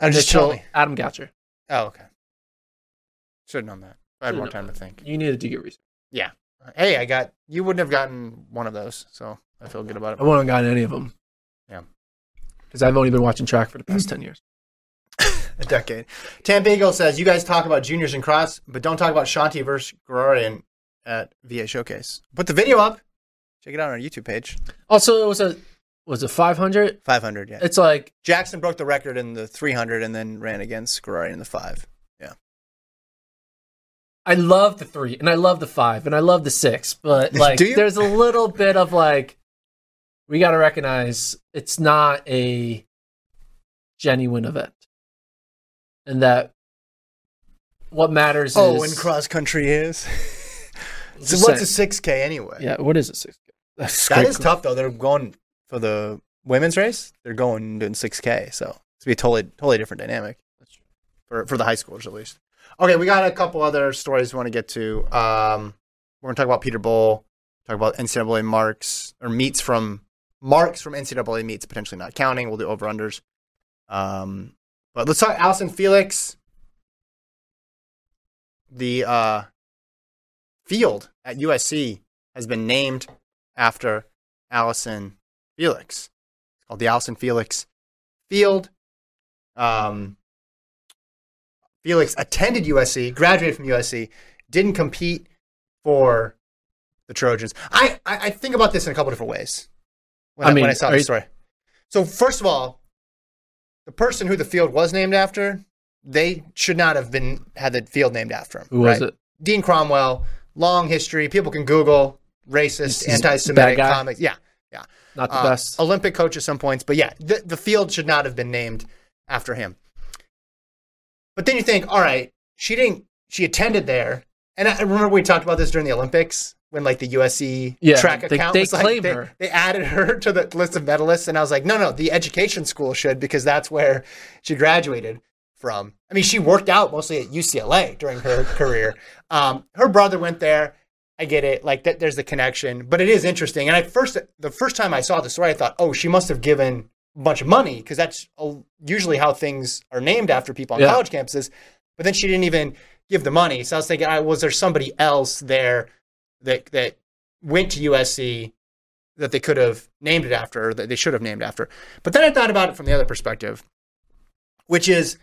Speaker 1: Oh, just tell
Speaker 2: initial
Speaker 1: me.
Speaker 2: Adam Goucher.
Speaker 1: Oh, okay. Should have known that. I had more time to think.
Speaker 2: You need to do your research.
Speaker 1: Yeah. Hey, I got. You wouldn't have gotten one of those, so I feel good about
Speaker 2: I
Speaker 1: it.
Speaker 2: wouldn't have gotten any of them.
Speaker 1: Yeah.
Speaker 2: Because I've only been watching track for the past 10 years.
Speaker 1: A decade. Tampa Eagle says you guys talk about juniors and cross, but don't talk about Shanti versus Gregorian at VA Showcase. Put the video up. Check it out on our YouTube page.
Speaker 2: Also, it was a was a 500.
Speaker 1: Five hundred. Yeah.
Speaker 2: It's like
Speaker 1: Jackson broke the record in the three hundred, and then ran against Gregorian in the five. Yeah.
Speaker 2: I love the three, and I love the five, and I love the six, but like
Speaker 1: Do you?
Speaker 2: there's a little bit of like we got to recognize it's not a genuine event, and that what matters
Speaker 1: Oh,
Speaker 2: is
Speaker 1: and cross country is. so
Speaker 2: Just
Speaker 1: what's a
Speaker 2: saying.
Speaker 1: six k anyway?
Speaker 2: Yeah, what is a six? That's
Speaker 1: That
Speaker 2: great
Speaker 1: is
Speaker 2: question.
Speaker 1: tough though. They're going for the women's race. They're going doing six k. So it's gonna be a totally totally different dynamic for for the high schoolers at least. Okay, we got a couple other stories we want to get to. Um, we're gonna talk about Peter Bowl, talk about NCAA marks or meets from marks from NCAA meets potentially not counting. We'll do over unders. Um, but let's talk Allison Felix. The uh, field at USC has been named after Allison Felix. It's called the Allison Felix Field. Um, Felix attended USC, graduated from USC, didn't compete for the Trojans. I, I, I think about this in a couple different ways when
Speaker 2: I
Speaker 1: I,
Speaker 2: mean,
Speaker 1: when I saw
Speaker 2: are
Speaker 1: this
Speaker 2: you-
Speaker 1: story. So, first of all, the person who the field was named after, they should not have been had the field named after him.
Speaker 2: Who was
Speaker 1: right?
Speaker 2: it?
Speaker 1: Dean Cromwell, long history. People can Google racist,
Speaker 2: He's a
Speaker 1: anti Semitic
Speaker 2: bad guy.
Speaker 1: comics. Yeah. Yeah.
Speaker 2: Not the
Speaker 1: Uh,
Speaker 2: best.
Speaker 1: Olympic coach at some points, but yeah, the, the field should not have been named after him. But then you think, all right, she didn't, she attended there. And I I remember we talked about this during the Olympics when like the USC
Speaker 2: Yeah,
Speaker 1: track
Speaker 2: they-
Speaker 1: account
Speaker 2: they
Speaker 1: was like,
Speaker 2: claim
Speaker 1: they,
Speaker 2: her.
Speaker 1: they added her to the list of medalists. And I was like, no, no, the education school should because that's where she graduated from. I mean, she worked out mostly at UCLA during her career. Um, her brother went there. I get it. Like that, there's the connection, but it is interesting. And I first, the first time I saw the story, I thought, oh, she must have given a bunch of money because that's uh, usually how things are named after people on
Speaker 2: Yeah.
Speaker 1: college campuses. But then she didn't even give the money. So I was thinking, all right, was there somebody else there that that went to USC that they could have named it after, or that they should have named after? But then I thought about it from the other perspective, which is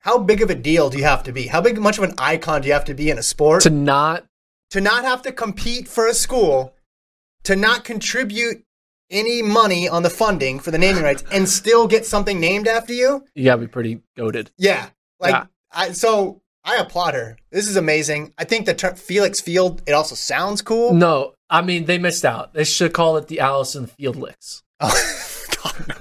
Speaker 1: how big of a deal do you have to be? How big much of an icon do you have to be in a sport
Speaker 2: to not
Speaker 1: to not have to compete for a school, to not contribute any money on the funding for the naming rights, and still get something named after you?
Speaker 2: you gotta be pretty goaded.
Speaker 1: Yeah, like
Speaker 2: Yeah.
Speaker 1: I. So I applaud her. This is amazing. I think the term Felix Field. It also sounds cool.
Speaker 2: No, I mean they missed out. They should call it the Allison Fieldlicks.
Speaker 1: Oh, God.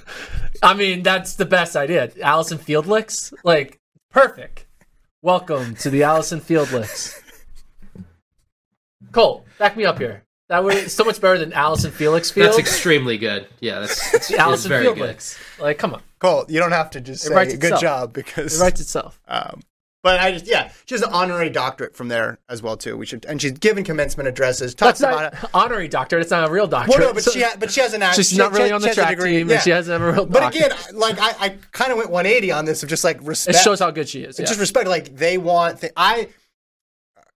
Speaker 2: I mean, that's the best idea. Allison Fieldlicks? Like, perfect. Welcome to the Allison Fieldlicks. Cole, back me up here. That would it's so much better than Allison Felix Field.
Speaker 3: That's extremely good. Yeah, that's, that's
Speaker 2: The Allison
Speaker 3: very good.
Speaker 2: Fieldlicks. Like, come on.
Speaker 1: Cole, you don't have to just
Speaker 2: It
Speaker 1: say
Speaker 2: writes
Speaker 1: good
Speaker 2: itself.
Speaker 1: job
Speaker 2: It
Speaker 1: because.
Speaker 2: writes itself.
Speaker 1: um, But I just yeah, she has an honorary doctorate from there as well too. We should and she's given commencement addresses. Talks
Speaker 2: That's
Speaker 1: about
Speaker 2: not
Speaker 1: it.
Speaker 2: honorary doctorate. It's not a real doctorate.
Speaker 1: Well, no, but
Speaker 2: So-
Speaker 1: she ha- but she has an act-
Speaker 2: She's
Speaker 1: she-
Speaker 2: not
Speaker 1: she-
Speaker 2: really on the
Speaker 1: she has a
Speaker 2: track
Speaker 1: degree,
Speaker 2: team, and
Speaker 1: yeah.
Speaker 2: she hasn't a real
Speaker 1: But
Speaker 2: doctorate.
Speaker 1: again, like I, I kind of went 180 on this of just like
Speaker 2: it
Speaker 1: respect.
Speaker 2: shows how good she is.
Speaker 1: It's
Speaker 2: yeah.
Speaker 1: just respect. Like they want. Th- I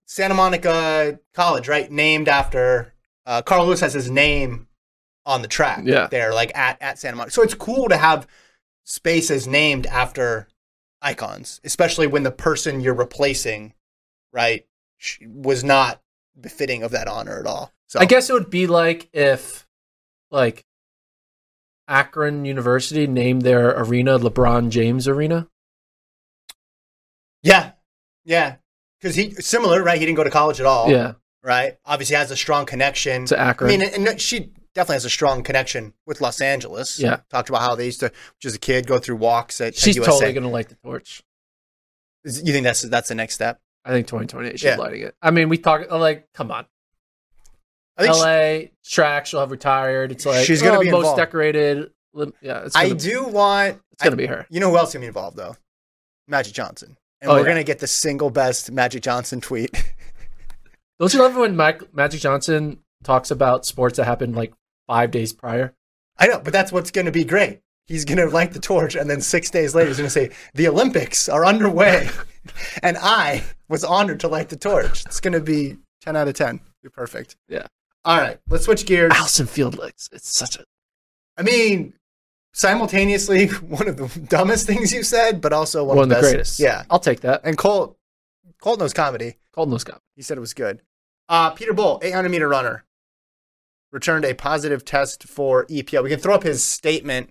Speaker 1: Santa Monica College, right? Named after uh, Carl Lewis has his name on the track.
Speaker 2: Yeah.
Speaker 1: there, like at at Santa Monica. So it's cool to have spaces named after icons, especially when the person you're replacing, right, sh- was not befitting of that honor at all. So
Speaker 2: I guess it would be like if, like, Akron University named their arena LeBron James Arena.
Speaker 1: yeah, yeah, because he similar, right? He didn't go to college at all.
Speaker 2: Yeah,
Speaker 1: right? Obviously has a strong connection
Speaker 2: To Akron.
Speaker 1: I mean, and and she definitely has a strong connection with Los Angeles.
Speaker 2: Yeah.
Speaker 1: talked about how they used to, just a kid, go through walks at,
Speaker 2: she's
Speaker 1: at USA.
Speaker 2: totally going to light the torch.
Speaker 1: Is- You think that's that's the next step?
Speaker 2: I think 2028 she's
Speaker 1: Yeah.
Speaker 2: lighting it. I mean, we talk like, come on,
Speaker 1: I think she-
Speaker 2: LA track. She'll have retired. It's like
Speaker 1: She's gonna
Speaker 2: oh,
Speaker 1: be
Speaker 2: most
Speaker 1: involved.
Speaker 2: decorated. Lim- Yeah, it's
Speaker 1: I
Speaker 2: gonna,
Speaker 1: do want.
Speaker 2: It's gonna
Speaker 1: I-
Speaker 2: be her.
Speaker 1: You know who else is gonna be involved though? Magic Johnson, and
Speaker 2: Oh,
Speaker 1: we're
Speaker 2: yeah.
Speaker 1: gonna get the single best Magic Johnson tweet.
Speaker 2: Don't you love it when Mac- Magic Johnson talks about sports that happened like five days prior?
Speaker 1: I know, but that's what's gonna be great. He's gonna light the torch, and then six days later, he's gonna say the Olympics are underway, and I was honored to light the torch. It's gonna be ten out of ten. Be perfect.
Speaker 2: Yeah,
Speaker 1: All right, let's switch gears.
Speaker 2: Allison Field legs. It's such a
Speaker 1: I mean, simultaneously, one of the dumbest things you said, but also one,
Speaker 2: one,
Speaker 1: of
Speaker 2: of the
Speaker 1: best.
Speaker 2: greatest.
Speaker 1: Yeah,
Speaker 2: I'll take that.
Speaker 1: and Colt, Colt knows comedy.
Speaker 2: Colton Scott.
Speaker 1: He said it was good. Uh, Peter Bull, 800 meter runner, returned a positive test for EPO. We can throw up his statement.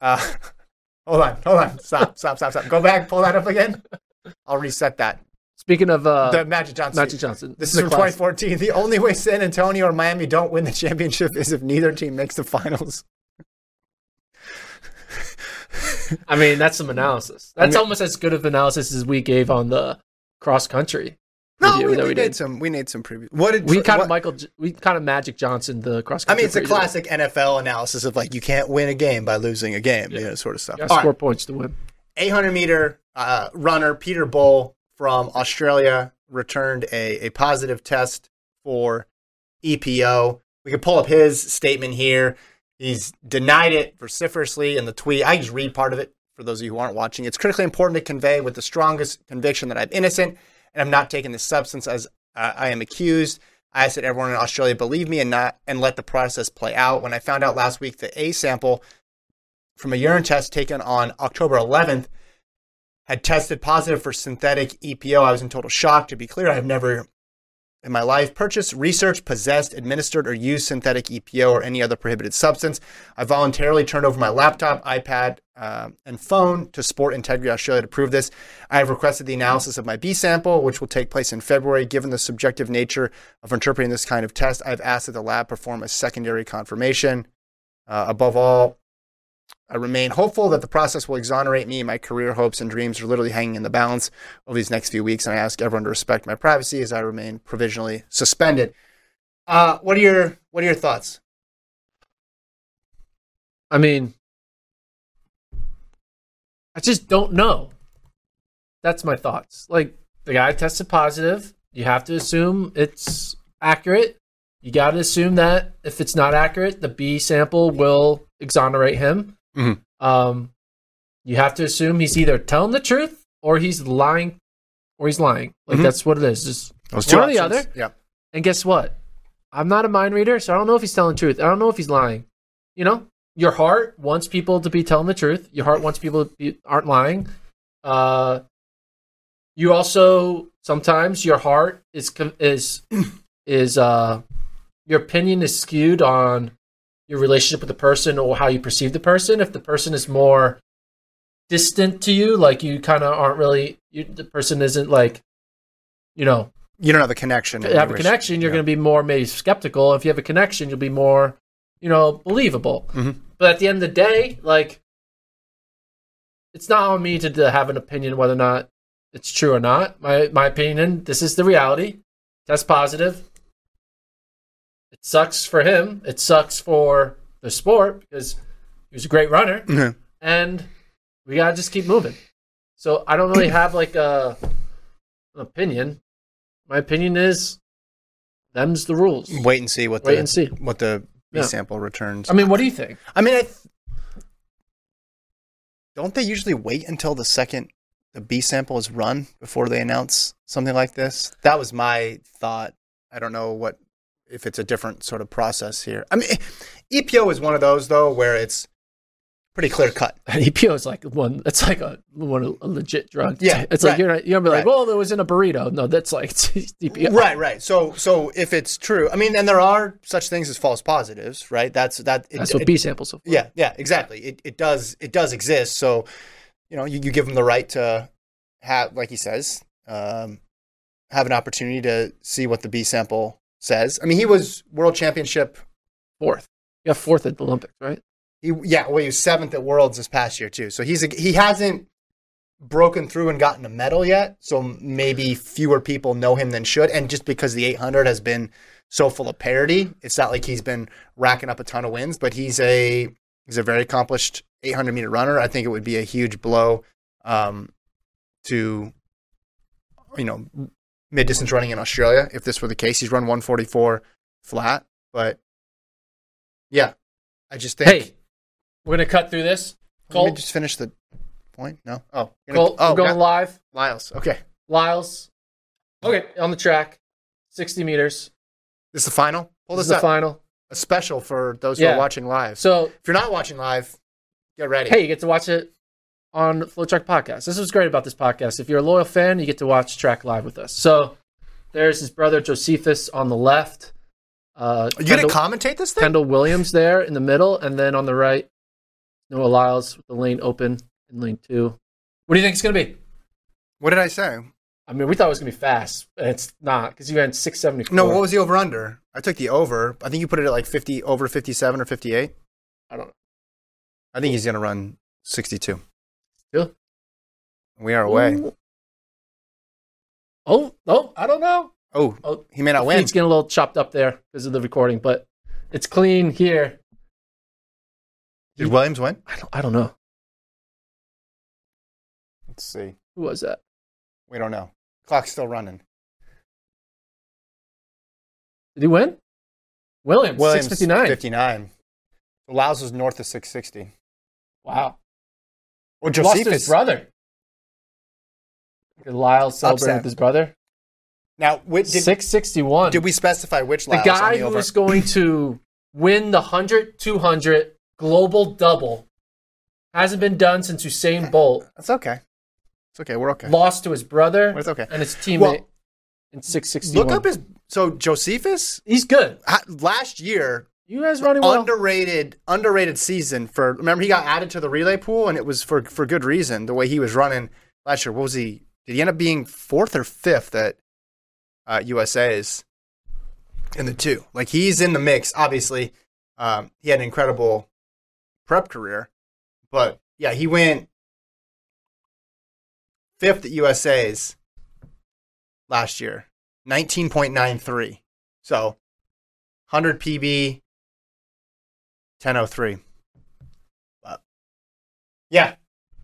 Speaker 1: Uh, hold on, hold on, stop, stop, stop, stop. Go back, pull that up again. I'll reset that.
Speaker 2: Speaking of uh,
Speaker 1: the Magic Johnson.
Speaker 2: Magic Johnson.
Speaker 1: This
Speaker 2: The
Speaker 1: is from
Speaker 2: class.
Speaker 1: 2014. The only way San Antonio or Miami don't win the championship is if neither team makes the finals.
Speaker 2: I mean, that's some analysis. That's
Speaker 1: mean-
Speaker 2: almost as good of analysis as we gave on the cross country.
Speaker 1: No,
Speaker 2: review
Speaker 1: we,
Speaker 2: that
Speaker 1: we,
Speaker 2: we
Speaker 1: did.
Speaker 2: did.
Speaker 1: some. We need some preview. What did
Speaker 2: We kind
Speaker 1: what-
Speaker 2: of Michael. J- We kind of Magic Johnson the cross.
Speaker 1: I
Speaker 2: country
Speaker 1: mean, it's a
Speaker 2: version.
Speaker 1: classic NFL analysis of like you can't win a game by losing a game, you know, sort of stuff.
Speaker 2: You gotta
Speaker 1: All
Speaker 2: score
Speaker 1: right,
Speaker 2: points to win.
Speaker 1: 800 meter uh, runner Peter Bull from Australia returned a, a positive test for EPO. We can pull up his statement here. He's denied it vociferously in the tweet. I just read part of it for those of you who aren't watching. It's critically important to convey with the strongest conviction that I'm innocent and I'm not taking this substance as uh, I am accused. I ask that everyone in Australia believe me and not and let the process play out. When I found out last week the A sample from a urine test taken on October 11th had tested positive for synthetic EPO. I was in total shock. To be clear, I have never in my life purchased, researched, possessed, administered, or used synthetic EPO or any other prohibited substance. I voluntarily turned over my laptop, iPad, um, and phone to Sport Integrity Australia to prove this. I have requested the analysis of my B sample, which will take place in February. Given the subjective nature of interpreting this kind of test, I've asked that the lab perform a secondary confirmation. Uh, above all, I remain hopeful that the process will exonerate me. My career hopes and dreams are literally hanging in the balance over these next few weeks, and I ask everyone to respect my privacy as I remain provisionally suspended. Uh, what are your What are your thoughts?
Speaker 2: I mean, I just don't know. That's my thoughts. Like the guy tested positive. You have to assume it's accurate. You got to assume that if it's not accurate, the B sample will exonerate him.
Speaker 1: Mhm.
Speaker 2: Um, you have to assume he's either telling the truth or he's lying, or he's lying. Like
Speaker 1: Mhm.
Speaker 2: that's what it is. Just
Speaker 1: two
Speaker 2: one or
Speaker 1: options.
Speaker 2: the other.
Speaker 1: Yeah.
Speaker 2: And guess what? I'm not a mind reader, so I don't know if he's telling the truth. I don't know if he's lying. You know, your heart wants people to be telling the truth. Your heart wants people to be, aren't lying. Uh, you also sometimes your heart is com- is is uh, your opinion is skewed on your relationship with the person or how you perceive the person. If the person is more distant to you, like you kind of aren't really, you, the person isn't like, you know,
Speaker 1: You don't have a connection.
Speaker 2: if you have a connection, you're going to be more maybe skeptical. If you have a connection, you'll be more, you know, believable.
Speaker 1: Mhm.
Speaker 2: But at the end of the day, like, it's not on me to, to have an opinion whether or not it's true or not. My my opinion, this is the reality. Test positive. It sucks for him. It sucks for the sport because he was a great runner,
Speaker 1: Mhm.
Speaker 2: and we gotta just keep moving. So I don't really have like a an opinion. My opinion is them's the rules.
Speaker 1: Wait and see what
Speaker 2: Wait
Speaker 1: the
Speaker 2: and see.
Speaker 1: what the B
Speaker 2: Yeah.
Speaker 1: sample returns.
Speaker 2: I mean, what do you think?
Speaker 1: I mean, I th- don't they usually wait until the second the B sample is run before they announce something like this? That was my thought. I don't know what if it's a different sort of process here. I mean, EPO is one of those though where it's pretty clear cut.
Speaker 2: EPO E is like one. It's like a one a legit drug.
Speaker 1: Yeah,
Speaker 2: it's like
Speaker 1: right.
Speaker 2: you're not, you're gonna be like,
Speaker 1: Right.
Speaker 2: well, there was in a burrito. No, that's like E EPO.
Speaker 1: Right, right. So, so if it's true, I mean, and there are such things as false positives, right? That's that. it-
Speaker 2: That's what
Speaker 1: it-
Speaker 2: B samples are for.
Speaker 1: Yeah, yeah, exactly. It it does it does exist. So, you know, you, you give them the right to have, like he says, um, have an opportunity to see what the B sample says. I mean, he was world championship.
Speaker 2: fourth. Yeah, fourth at the Olympics, right?
Speaker 1: He yeah, well, he was seventh at worlds this past year too. So he's a, he hasn't broken through and gotten a medal yet. So maybe fewer people know him than should. And just because the 800 has been so full of parity, it's not like he's been racking up a ton of wins. But he's a he's a very accomplished 800 meter runner. I think it would be a huge blow um, to you know mid distance running in Australia if this were the case. He's run 144 flat, but yeah, I just think.
Speaker 2: Hey, we're gonna cut through this.
Speaker 1: Let
Speaker 2: Colt,
Speaker 1: me just finish the point. No. Oh. you're gonna-
Speaker 2: Colt, we're going
Speaker 1: yeah.
Speaker 2: live.
Speaker 1: Lyles. Okay.
Speaker 2: Lyles. Okay, on the track, sixty meters.
Speaker 1: This is the final. Pull this,
Speaker 2: this is the
Speaker 1: up.
Speaker 2: final.
Speaker 1: A special for those who
Speaker 2: Yeah.
Speaker 1: are watching live.
Speaker 2: So
Speaker 1: if you're not watching live, get ready.
Speaker 2: hey, you get to watch it on Flowtrack Podcast. This is great about this podcast. If you're a loyal fan, you get to watch track live with us. So there's his brother Josephus on the left. Uh,
Speaker 1: Are you gonna
Speaker 2: Kendall-
Speaker 1: commentate this thing?
Speaker 2: Kendall Williams there in the middle, and then on the right, Noah Lyles with the lane open in lane two. What do you think it's going to be?
Speaker 1: What did I say?
Speaker 2: I mean, we thought it was going to be fast, and it's not because you ran six seventy four.
Speaker 1: No, what was the over under? I took the over. I think you put it at like 50 over 57 or 58.
Speaker 2: I don't
Speaker 1: I think he's going to run 62.
Speaker 2: know.
Speaker 1: We are away.
Speaker 2: Oh, oh, I don't know.
Speaker 1: Oh,
Speaker 2: Oh,
Speaker 1: he may not
Speaker 2: the
Speaker 1: win.
Speaker 2: feed's getting a little chopped up there because of the recording, but it's clean here.
Speaker 1: Did Williams win?
Speaker 2: I don't, I don't know
Speaker 1: Let's see.
Speaker 2: who was that.
Speaker 1: We don't know. Clock's still running.
Speaker 2: Did he win? Williams, six fifty nine.
Speaker 1: 59. Lyles was north of 660.
Speaker 2: Wow,
Speaker 1: Well,
Speaker 2: lost to his brother. Did Lyles celebrate
Speaker 1: Upset.
Speaker 2: with his brother?
Speaker 1: Now, which, did,
Speaker 2: Six sixty one.
Speaker 1: did we specify which
Speaker 2: the
Speaker 1: Lyles on
Speaker 2: guy
Speaker 1: the
Speaker 2: who
Speaker 1: over?
Speaker 2: was going to win the 100 200 global double hasn't been done since Usain Bolt
Speaker 1: That's okay. It's okay. We're okay.
Speaker 2: lost to his brother
Speaker 1: It's okay.
Speaker 2: and his teammate
Speaker 1: Well,
Speaker 2: in 661.
Speaker 1: Look up his. So Josephus
Speaker 2: He's good.
Speaker 1: ha- last year
Speaker 2: You guys running well.
Speaker 1: underrated underrated season for. Remember he got added to the relay pool and it was for for good reason. The way he was running last year, what was he? Did he end up being fourth or fifth at uh, USA's in the two? Like he's in the mix. Obviously, um, he had an incredible prep career, but yeah, he went fifth at USA's last year, 19.93. So 100 PB, 1003. But yeah,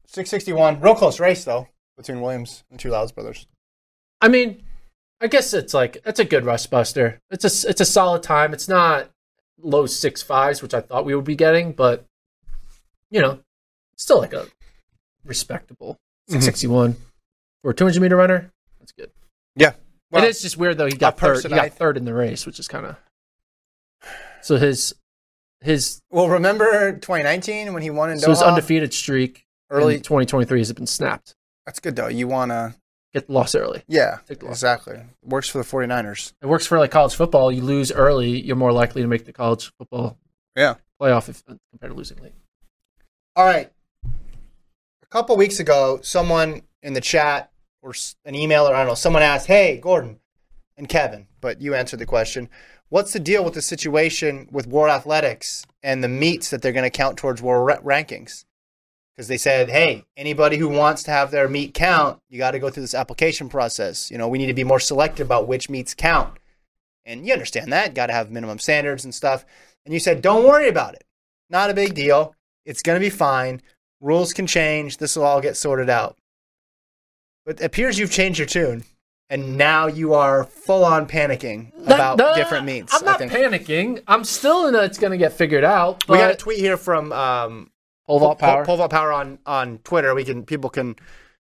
Speaker 1: 661. Real close race, though, between Williams and two Lyles brothers.
Speaker 2: I mean, I guess it's like it's a good rust buster. It's a it's a solid time. It's not low six fives, which I thought we would be getting, but you know, still like a respectable
Speaker 1: Mm-hmm.
Speaker 2: six sixty one for a two hundred meter runner. That's good.
Speaker 1: Yeah.
Speaker 2: it is just weird though. He got
Speaker 1: a
Speaker 2: third. He
Speaker 1: person
Speaker 2: got
Speaker 1: I-
Speaker 2: third in the race, which is kind of so his his
Speaker 1: well, remember 2019 when he won in
Speaker 2: so his
Speaker 1: Doha?
Speaker 2: undefeated streak
Speaker 1: Early-
Speaker 2: twenty twenty three has been snapped.
Speaker 1: That's good, though. You want to.
Speaker 2: Get the loss early.
Speaker 1: Yeah,
Speaker 2: Take the loss.
Speaker 1: exactly. Works for the 49ers.
Speaker 2: It works for like college football. You lose early, you're more likely to make the college football
Speaker 1: Yeah.
Speaker 2: playoff if, compared to losing late.
Speaker 1: All right. A couple weeks ago, someone in the chat or s- an email or I don't know, someone asked, "Hey, Gordon and Kevin," but you answered the question. What's the deal with the situation with War Athletics and the meets that they're going to count towards War ra- rankings? Because they said, "Hey, anybody who wants to have their meet count, you got to go through this application process. You know, we need to be more selective about which meets count." And you understand that, got to have minimum standards and stuff. And you said, "Don't worry about it. Not a big deal." It's going to be fine. Rules can change. This will all get sorted out. But it appears you've changed your tune, and now you are full on panicking
Speaker 2: That-
Speaker 1: about
Speaker 2: that-
Speaker 1: different meats.
Speaker 2: I'm
Speaker 1: I
Speaker 2: not
Speaker 1: think.
Speaker 2: panicking. I'm still in a, it's going to get figured out.
Speaker 1: we got a
Speaker 2: but-
Speaker 1: tweet here from um,
Speaker 2: Pole vault
Speaker 1: Pol-
Speaker 2: power.
Speaker 1: Pol- Vault Power on on Twitter. We can people can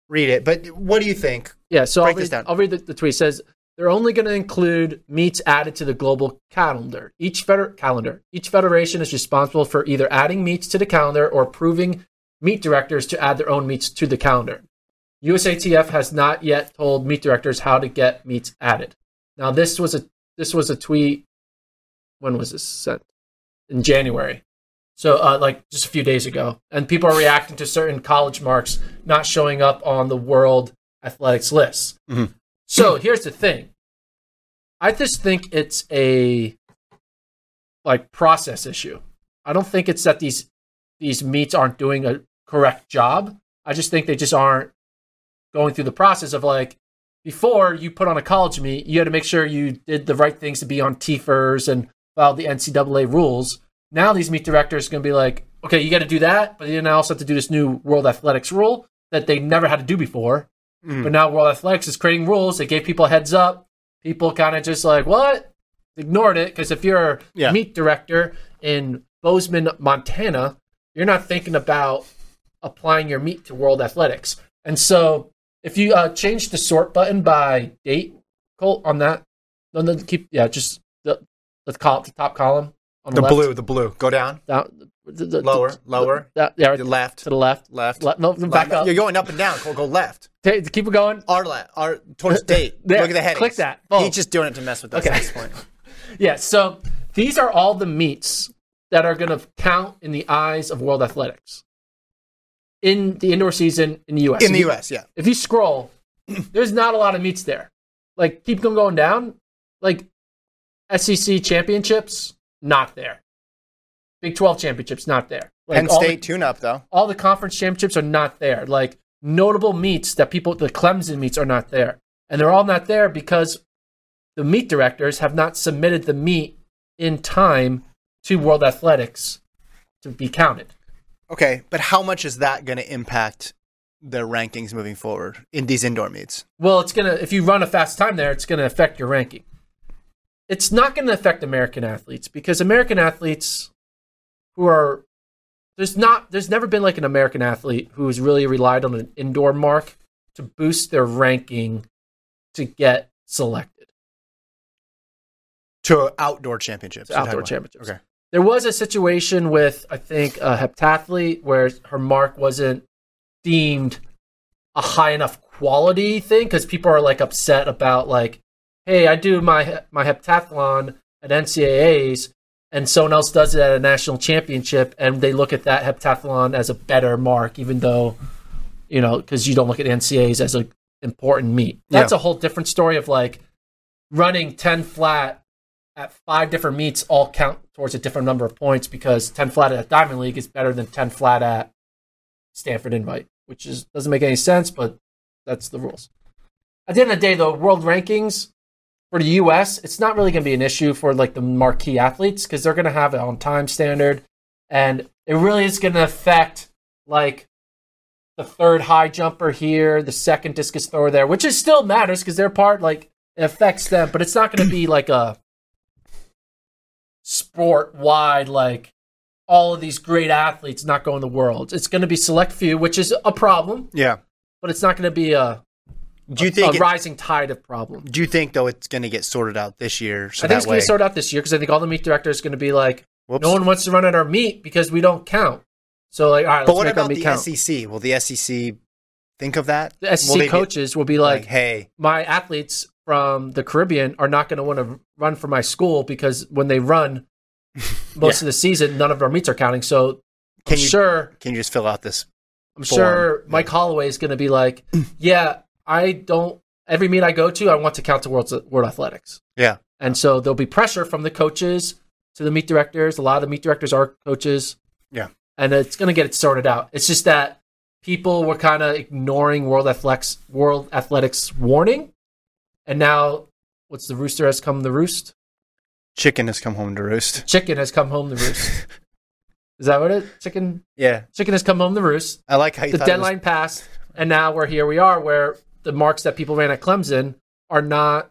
Speaker 1: read it. But what do you think?
Speaker 2: Yeah, so
Speaker 1: Break
Speaker 2: I'll,
Speaker 1: this
Speaker 2: read,
Speaker 1: down.
Speaker 2: I'll read the, the tweet. It says they're only going to include meats added to the global calendar. Each feder- calendar, each federation is responsible for either adding meats to the calendar or approving meat directors to add their own meats to the calendar. USATF has not yet told meat directors how to get meats added. Now this was a this was a tweet. When was this sent? In January. So, uh, like just a few days ago, and people are reacting to certain college marks not showing up on the world athletics list.
Speaker 1: Mhm.
Speaker 2: So here's the thing: I just think it's a like process issue. I don't think it's that these these meets aren't doing a correct job. I just think they just aren't going through the process of like before you put on a college meet, you had to make sure you did the right things to be on TFers and follow the NCAA rules. Now these meet directors are going to be like, okay, you got to do that, but you now also have to do this new World Athletics rule that they never had to do before. But now World Athletics is creating rules. They gave people a heads up. People kind of just like, what? Ignored it because if you're a
Speaker 1: Yeah.
Speaker 2: meet director in Bozeman, Montana, you're not thinking about applying your meat to World Athletics. And so if you uh, change the sort button by date, Colt, on that, no, no, keep, yeah, just the, let's call it the top column on the,
Speaker 1: The
Speaker 2: left,
Speaker 1: blue, the blue. Go down,
Speaker 2: down, the, the-
Speaker 1: Lower,
Speaker 2: the-
Speaker 1: lower,
Speaker 2: that- yeah, right,
Speaker 1: the left,
Speaker 2: to the left,
Speaker 1: left,
Speaker 2: Le- no, back
Speaker 1: Left.
Speaker 2: up.
Speaker 1: You're going up and down. Go, go left.
Speaker 2: Ta- keep it going.
Speaker 1: Our left. Our towards date.
Speaker 2: There,
Speaker 1: Look at the headings.
Speaker 2: click that. Boom.
Speaker 1: He's just doing it to mess with us
Speaker 2: Okay.
Speaker 1: at this point.
Speaker 2: Yeah, so these are all the meets that are going to count in the eyes of World Athletics in the indoor season in the U.S.
Speaker 1: In the
Speaker 2: If you-
Speaker 1: U.S. Yeah.
Speaker 2: If you scroll, there's not a lot of meets there. Like, keep them going down. Like, SEC championships, not there. Big 12 championships, not there. Like,
Speaker 1: Penn
Speaker 2: all the-
Speaker 1: State tune-up though.
Speaker 2: all the conference championships are not there. Like notable meets that people, the Clemson meets are not there. And they're all not there because the meet directors have not submitted the meet in time to World Athletics to be counted.
Speaker 1: Okay, but how much is that going to impact their rankings moving forward in these indoor meets?
Speaker 2: Well, it's going to, if you run a fast time there, it's going to affect your ranking. It's not going to affect American athletes because American athletes who are, there's not, there's never been like an American athlete who's really relied on an indoor mark to boost their ranking to get selected
Speaker 1: To outdoor championships.
Speaker 2: to outdoor
Speaker 1: Okay.
Speaker 2: championships.
Speaker 1: Okay.
Speaker 2: There was a situation with, I think, a heptathlete where her mark wasn't deemed a high enough quality thing because people are like upset about like, hey, I do my my heptathlon at NCAA's and someone else does it at a national championship and they look at that heptathlon as a better mark, even though you know because you don't look at NCAA's as an important meet. That's
Speaker 1: Yeah.
Speaker 2: a whole different story of like running ten flat at five different meets all count towards a different number of points because 10 flat at Diamond League is better than 10 flat at Stanford Invite, which is doesn't make any sense, but that's the rules. At the end of the day, though, world rankings for the US, it's not really going to be an issue for like the marquee athletes because they're going to have it on time standard. And it really is going to affect like the third high jumper here, the second discus thrower there, which is still matters because their part like it affects them, but it's not going to be like a sport wide like all of these great athletes not going to worlds. It's going to be select few, which is a problem,
Speaker 1: Yeah.
Speaker 2: but it's not going to be a,
Speaker 1: Do you think?
Speaker 2: a
Speaker 1: it-
Speaker 2: rising tide of problem.
Speaker 1: do you think though it's going to get sorted out this year? So
Speaker 2: I think it's
Speaker 1: that
Speaker 2: going
Speaker 1: way,
Speaker 2: to be sorted out this year because I think all the meat directors are going to be like,
Speaker 1: Whoops.
Speaker 2: no one wants to run at our meat because we don't count. So like, all right,
Speaker 1: But
Speaker 2: let's
Speaker 1: what
Speaker 2: make our
Speaker 1: about
Speaker 2: meat
Speaker 1: the
Speaker 2: count.
Speaker 1: SEC? Will the SEC think of that?
Speaker 2: the
Speaker 1: Will they
Speaker 2: SEC
Speaker 1: be
Speaker 2: coaches will be
Speaker 1: like,
Speaker 2: like,
Speaker 1: hey,
Speaker 2: my athletes from the Caribbean are not going to want to run for my school because when they run most of the season, none of our meets are counting. So
Speaker 1: Can
Speaker 2: I'm
Speaker 1: you-
Speaker 2: sure,
Speaker 1: can you just fill out this?
Speaker 2: I'm
Speaker 1: form?
Speaker 2: sure Mike Holloway is going to be like, yeah, I don't. Every meet I go to, I want to count to World World Athletics.
Speaker 1: Yeah.
Speaker 2: And so there'll be pressure from the coaches to the meat directors. A lot of the meat directors are coaches.
Speaker 1: Yeah.
Speaker 2: And it's going to get it sorted out. It's just that people were kind of ignoring World Athletics World Athletics warning. And now what's the rooster has come the roost?
Speaker 1: Chicken has come home to roost.
Speaker 2: Chicken has come home the roost. Is that what it? Chicken
Speaker 1: Yeah,
Speaker 2: chicken has come home the roost.
Speaker 1: I like how you
Speaker 2: The
Speaker 1: thought it was-
Speaker 2: deadline passed and now we're here we are where the marks that people ran at Clemson are not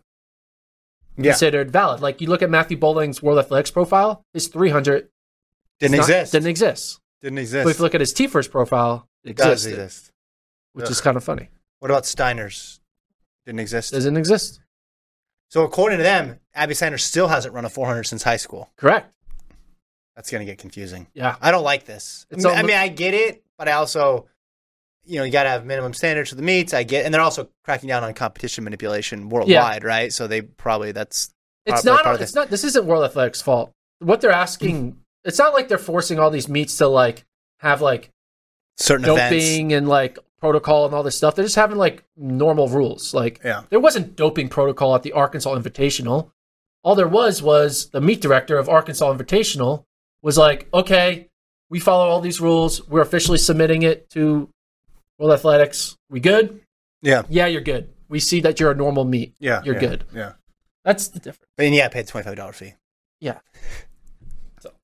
Speaker 1: Yeah.
Speaker 2: considered valid. Like you look at Matthew Bowling's World Athletics profile, his 300
Speaker 1: Didn't
Speaker 2: it's not-
Speaker 1: exist.
Speaker 2: Didn't e- exist.
Speaker 1: Didn't
Speaker 2: But if
Speaker 1: exist.
Speaker 2: you look at his T first profile, it
Speaker 1: It does
Speaker 2: existed,
Speaker 1: exist.
Speaker 2: which is kind of funny.
Speaker 1: What about Steiner's? Didn't exist.
Speaker 2: Doesn't exist.
Speaker 1: So according to them, Abby Steiner still hasn't run a 400 since high school.
Speaker 2: Correct.
Speaker 1: That's going to get confusing.
Speaker 2: Yeah.
Speaker 1: I don't like this. I
Speaker 2: It's
Speaker 1: mean, I
Speaker 2: almo-
Speaker 1: mean, I get it, but I also, you know, you got to have minimum standards for the meets. I get, and they're also cracking down on competition manipulation worldwide, right? So they probably that's
Speaker 2: It's
Speaker 1: probably
Speaker 2: not.
Speaker 1: part of
Speaker 2: It's
Speaker 1: the-
Speaker 2: not. This isn't World Athletics' fault. What they're asking. It's not like they're forcing all these meets to like have like
Speaker 1: certain events.
Speaker 2: doping and like protocol and all this stuff. They're just having like normal rules. Like
Speaker 1: Yeah.
Speaker 2: there wasn't doping protocol at the Arkansas Invitational. All there was was the meet director of Arkansas Invitational was like, okay, we follow all these rules. We're officially submitting it to World Athletics. We good?
Speaker 1: Yeah.
Speaker 2: Yeah, you're good. We see that you're a normal meet.
Speaker 1: Yeah.
Speaker 2: You're
Speaker 1: yeah,
Speaker 2: good.
Speaker 1: Yeah.
Speaker 2: That's the difference.
Speaker 1: And yeah, I paid $25 fee
Speaker 2: Yeah.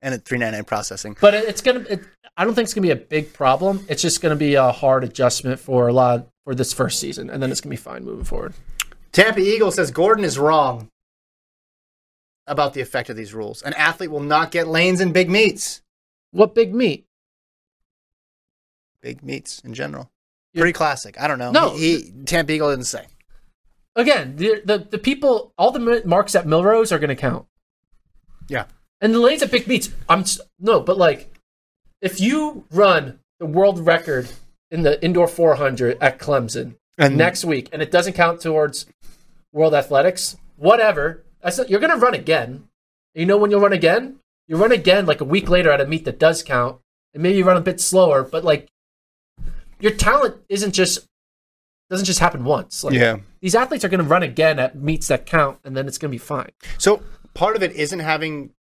Speaker 1: and at 399 processing.
Speaker 2: But it- it's gonna. It, I don't think it's gonna be a big problem. It's just gonna be a hard adjustment for a lot for this first season, and then it's gonna be fine moving forward.
Speaker 1: Tampa Eagle says Gordon is wrong about the effect of these rules. An athlete will not get lanes in big meets.
Speaker 2: What big meat?
Speaker 1: Big meets in general.
Speaker 2: Yeah.
Speaker 1: Pretty classic. I don't know.
Speaker 2: No.
Speaker 1: He, he, Tampa Eagle didn't say.
Speaker 2: Again, the the, the people, all the mi- marks at Milrose are gonna count,
Speaker 1: Yeah.
Speaker 2: and the lanes at big meats. I'm s- no, but like, if you run the world record in the indoor 400 at Clemson
Speaker 1: And-
Speaker 2: next week, and it doesn't count towards World Athletics, whatever. That's not, you're gonna run again. You know when you'll run again? You run again like a week later at a meet that does count, and maybe you run a bit slower. But like, your talent isn't just doesn't just happen once. Like,
Speaker 1: Yeah.
Speaker 2: these athletes are going to run again at meets that count, and then it's going to be fine.
Speaker 1: So part of it isn't having.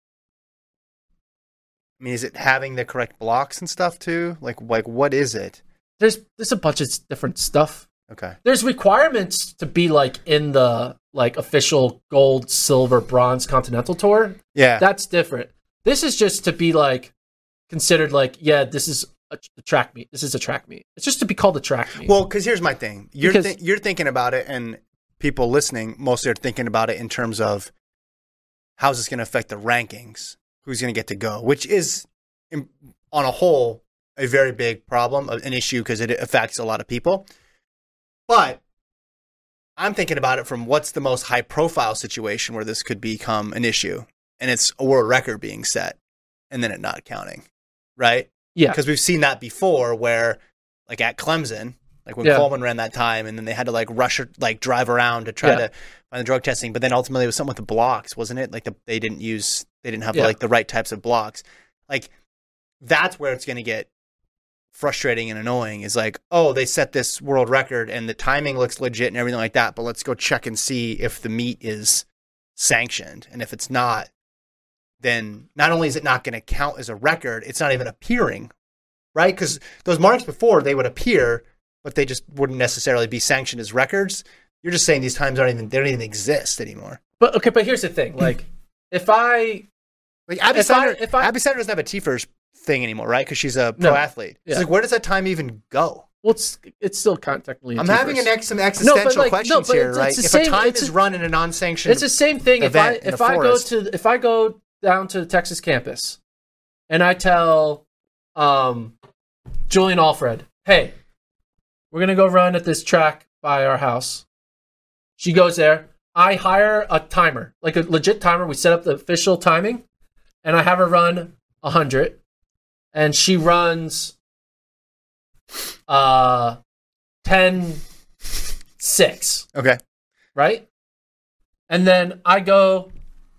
Speaker 1: I mean, is it having the correct blocks and stuff too? Like, like what is it?
Speaker 2: There's there's a bunch of different stuff.
Speaker 1: Okay.
Speaker 2: There's requirements to be like in the like official gold, silver, bronze continental tour.
Speaker 1: Yeah.
Speaker 2: That's different. This is just to be like considered like yeah, this is a, a track meet. This is a track meet. It's just to be called a track meet.
Speaker 1: well, because here's my thing. You're
Speaker 2: Because-
Speaker 1: thi- you're thinking about it, and people listening mostly are thinking about it in terms of how's this going to affect the rankings? Who's going to get to go? Which is, in- on a whole, a very big problem, a- an issue because it affects a lot of people. But I'm thinking about it from what's the most high profile situation where this could become an issue, and it's a world record being set, and then it not counting, right?
Speaker 2: yeah,
Speaker 1: because we've seen that before where like at Clemson, like when
Speaker 2: Yeah.
Speaker 1: Coleman ran that time and then they had to like rush or like drive around to try
Speaker 2: Yeah.
Speaker 1: to find the drug testing, but then ultimately it was something with the blocks, wasn't it? Like the, they didn't use they didn't have
Speaker 2: Yeah.
Speaker 1: like the right types of blocks. Like that's where it's going to get frustrating and annoying is like, "Oh, they set this world record and the timing looks legit and everything like that, but let's go check and see if the meet is sanctioned. And if it's not, then not only is it not going to count as a record, it's not even appearing, right? Because those marks before they would appear, but they just wouldn't necessarily be sanctioned as records. You're just saying these times aren't even they don't even exist anymore.
Speaker 2: but okay, but here's the thing. Like, if I
Speaker 1: Like Abby
Speaker 2: If I-
Speaker 1: Steiner,
Speaker 2: if I-
Speaker 1: Abby Steiner doesn't have a T first thing anymore, right? Because she's a pro
Speaker 2: No.
Speaker 1: athlete. It's
Speaker 2: Yeah.
Speaker 1: like where does that time even go?
Speaker 2: well, it's it's still con- technically. a
Speaker 1: I'm
Speaker 2: T
Speaker 1: having
Speaker 2: first.
Speaker 1: an ex- some existential
Speaker 2: like, no,
Speaker 1: questions
Speaker 2: but
Speaker 1: here,
Speaker 2: it's-
Speaker 1: right?
Speaker 2: it's the
Speaker 1: if a
Speaker 2: same-
Speaker 1: time
Speaker 2: it's
Speaker 1: is
Speaker 2: a-
Speaker 1: run in a non-sanctioned,
Speaker 2: It's the same thing. If I
Speaker 1: event in a
Speaker 2: if I go
Speaker 1: forest.
Speaker 2: to if I go down to the Texas campus, and I tell, um, Julian Alfred, hey, we're gonna go run at this track by our house. She goes there. I hire a timer, like a legit timer. We set up the official timing, and I have her run hundred, and she runs, uh, ten six
Speaker 1: okay,
Speaker 2: right? And then I go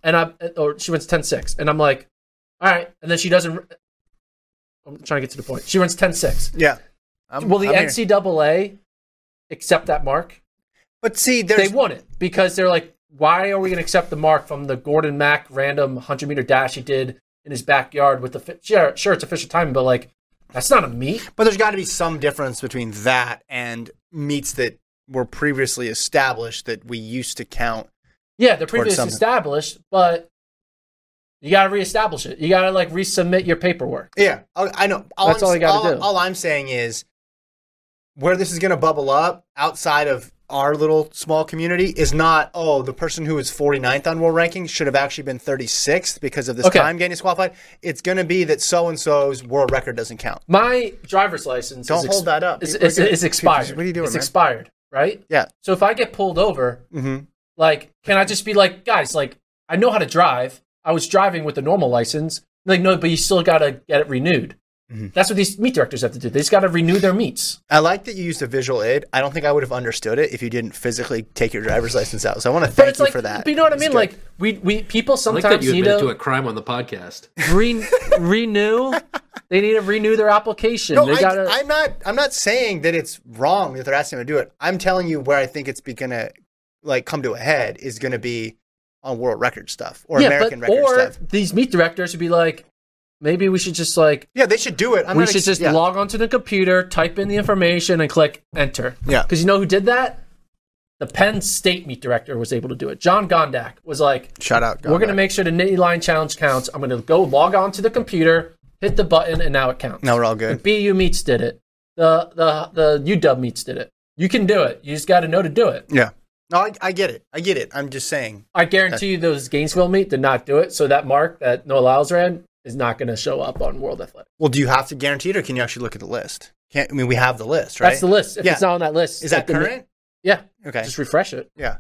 Speaker 2: and I or she runs 10-6 and I'm like, "All right." And then she doesn't I'm trying to get to the point. She runs 10-6.
Speaker 1: yeah. I'm-
Speaker 2: Will the
Speaker 1: I'm here.
Speaker 2: NCAA accept that mark?
Speaker 1: But see, there's
Speaker 2: They won it because they're like, "Why are we going to accept the mark from the Gordon Mack random 100-meter dash he did in his backyard with the fi- sure, sure it's official timing, but like that's not a meet."
Speaker 1: But there's got to be some difference between that and meets that were previously established that we used to count.
Speaker 2: Yeah, they're previously
Speaker 1: something.
Speaker 2: established, but you got to reestablish it. You got to like resubmit your paperwork.
Speaker 1: Yeah, oh, I, I know.
Speaker 2: That's
Speaker 1: I'm-
Speaker 2: all you gotta do.
Speaker 1: All I'm saying is where this is going to bubble up outside of our little small community is not, oh, the person who is 49th on world ranking should have actually been 36th because of this
Speaker 2: Okay.
Speaker 1: time getting disqualified. It's going to be that so and so's world record doesn't count.
Speaker 2: My driver's license
Speaker 1: Don't
Speaker 2: is
Speaker 1: hold that up.
Speaker 2: Is,
Speaker 1: People are
Speaker 2: is,
Speaker 1: gonna-
Speaker 2: is expired.
Speaker 1: What are you doing,
Speaker 2: It's
Speaker 1: man?
Speaker 2: expired, right?
Speaker 1: Yeah.
Speaker 2: So if I get pulled over,
Speaker 1: Mm-hmm.
Speaker 2: like, can I just be like, guys, like, I know how to drive. I was driving with a normal license. Like, no, but you still gotta get it renewed.
Speaker 1: Mm-hmm.
Speaker 2: That's what these meat directors have to do. They just gotta renew their meats.
Speaker 1: I like that you used a visual aid. I don't think I would have understood it if you didn't physically take your driver's license out. So I want to thank you
Speaker 2: like,
Speaker 1: for that.
Speaker 2: But you know what I
Speaker 1: It's
Speaker 2: mean?
Speaker 1: good.
Speaker 2: Like, we we people
Speaker 3: I like
Speaker 2: sometimes
Speaker 3: that you
Speaker 2: need
Speaker 3: admitted to
Speaker 2: to
Speaker 3: a crime on the podcast.
Speaker 2: re- renew. They need to renew their application.
Speaker 1: no,
Speaker 2: they
Speaker 1: I,
Speaker 2: gotta.
Speaker 1: I'm not. I'm not saying that it's wrong that they're asking them to do it. I'm telling you where I think it's be gonna like come to a head is gonna be on world record stuff or American record
Speaker 2: or
Speaker 1: stuff.
Speaker 2: these meat directors would be like, maybe we should just like
Speaker 1: Yeah, they should do it. I'm
Speaker 2: we
Speaker 1: not
Speaker 2: should
Speaker 1: ex-
Speaker 2: just
Speaker 1: yeah.
Speaker 2: log onto the computer, type in the information, and click enter.
Speaker 1: Yeah.
Speaker 2: because you know who did that? The Penn State meat director was able to do it. John Gondak was like,
Speaker 1: Shout out.
Speaker 2: "We're going to
Speaker 1: Gondar.
Speaker 2: make sure the nitty line challenge counts. I'm going to go log on to the computer, hit the button, and now it counts."
Speaker 1: Now we're all
Speaker 2: The
Speaker 1: Mm, good.
Speaker 2: BU meats did it. The the the UW meats did it. You can do it. You just got to know to do it.
Speaker 1: Yeah. No, I, I get it. I get it. I'm just saying.
Speaker 2: I guarantee you those Gainesville meat did not do it. So that mark that Noah Lyles ran is not going to show up on World Athletic.
Speaker 1: Well, do you have to guarantee it, or can you actually look at the list? Can't. I mean, we have the list, right?
Speaker 2: That's the list. If
Speaker 1: Yeah.
Speaker 2: it's not on that list,
Speaker 1: Is that
Speaker 2: the meat-
Speaker 1: current?
Speaker 2: yeah.
Speaker 1: Okay.
Speaker 2: Just refresh it.
Speaker 1: yeah.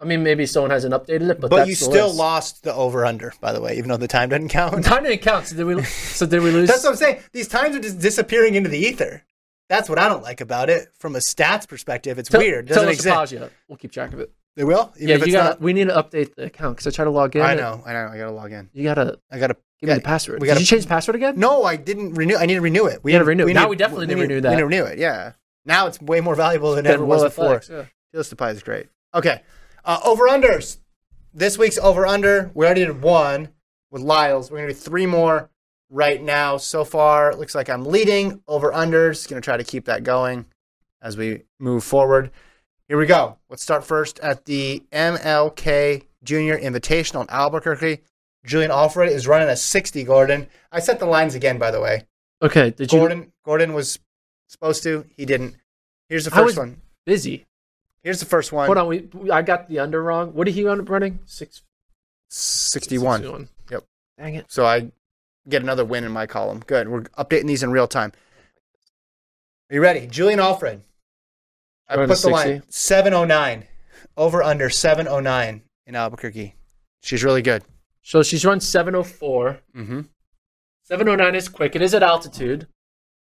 Speaker 2: I mean, maybe someone hasn't updated it, but,
Speaker 1: But,
Speaker 2: that's
Speaker 1: you
Speaker 2: the
Speaker 1: still
Speaker 2: list.
Speaker 1: lost the over under, by the way, even though the time doesn't count.
Speaker 2: Time didn't count. So did we? So did we lose?
Speaker 1: That's what I'm saying. These times are just disappearing into the ether. That's what I don't like about it. From a stats perspective, it's
Speaker 2: Tell-
Speaker 1: weird. It
Speaker 2: tell
Speaker 1: doesn't
Speaker 2: us
Speaker 1: exist.
Speaker 2: Apaja. We'll keep track of it.
Speaker 1: They will. Even if
Speaker 2: yeah,
Speaker 1: it's
Speaker 2: you gotta.
Speaker 1: not-
Speaker 2: We need to update the account because I tried to log in.
Speaker 1: I
Speaker 2: and
Speaker 1: know. I know. I gotta log in.
Speaker 2: You gotta
Speaker 1: I gotta
Speaker 2: give
Speaker 1: yeah,
Speaker 2: me the password.
Speaker 1: We gotta
Speaker 2: did you change the password again?
Speaker 1: No, I didn't renew. I need to renew it.
Speaker 2: You gotta renew it. Now we definitely need to renew that.
Speaker 1: We need to renew it. Yeah. Now it's way more valuable than
Speaker 2: Then
Speaker 1: ever was
Speaker 2: World
Speaker 1: before.
Speaker 2: Athletics, yeah.
Speaker 1: Toast to pie is great. Okay. Uh, over unders. This week's over under. We already did one with Lyles. We're gonna do three more right now. So far, it looks like I'm leading over unders. Gonna try to keep that going as we move forward. Here we go. Let's start first at the MLK Junior Invitational in Albuquerque. Julian Alfred is running a 60, Gordon. I set the lines again, by the way.
Speaker 2: Okay. Did you?
Speaker 1: Gordon Gordon was supposed to. He didn't. Here's the
Speaker 2: I
Speaker 1: first
Speaker 2: was
Speaker 1: one.
Speaker 2: busy.
Speaker 1: Here's the first one.
Speaker 2: Hold on. We. I got the under wrong. What did he end up running? Six.
Speaker 1: 61.
Speaker 2: 61.
Speaker 1: Yep.
Speaker 2: Dang it.
Speaker 1: So I get another win in my column. Good. We're updating these in real time. Are you ready? Julian Alfred. I
Speaker 2: Running
Speaker 1: put the
Speaker 2: 60.
Speaker 1: line 709 over under 709 in Albuquerque. She's really good.
Speaker 2: So she's run 704.
Speaker 1: Mm-hmm.
Speaker 2: 709 is quick. It is at altitude.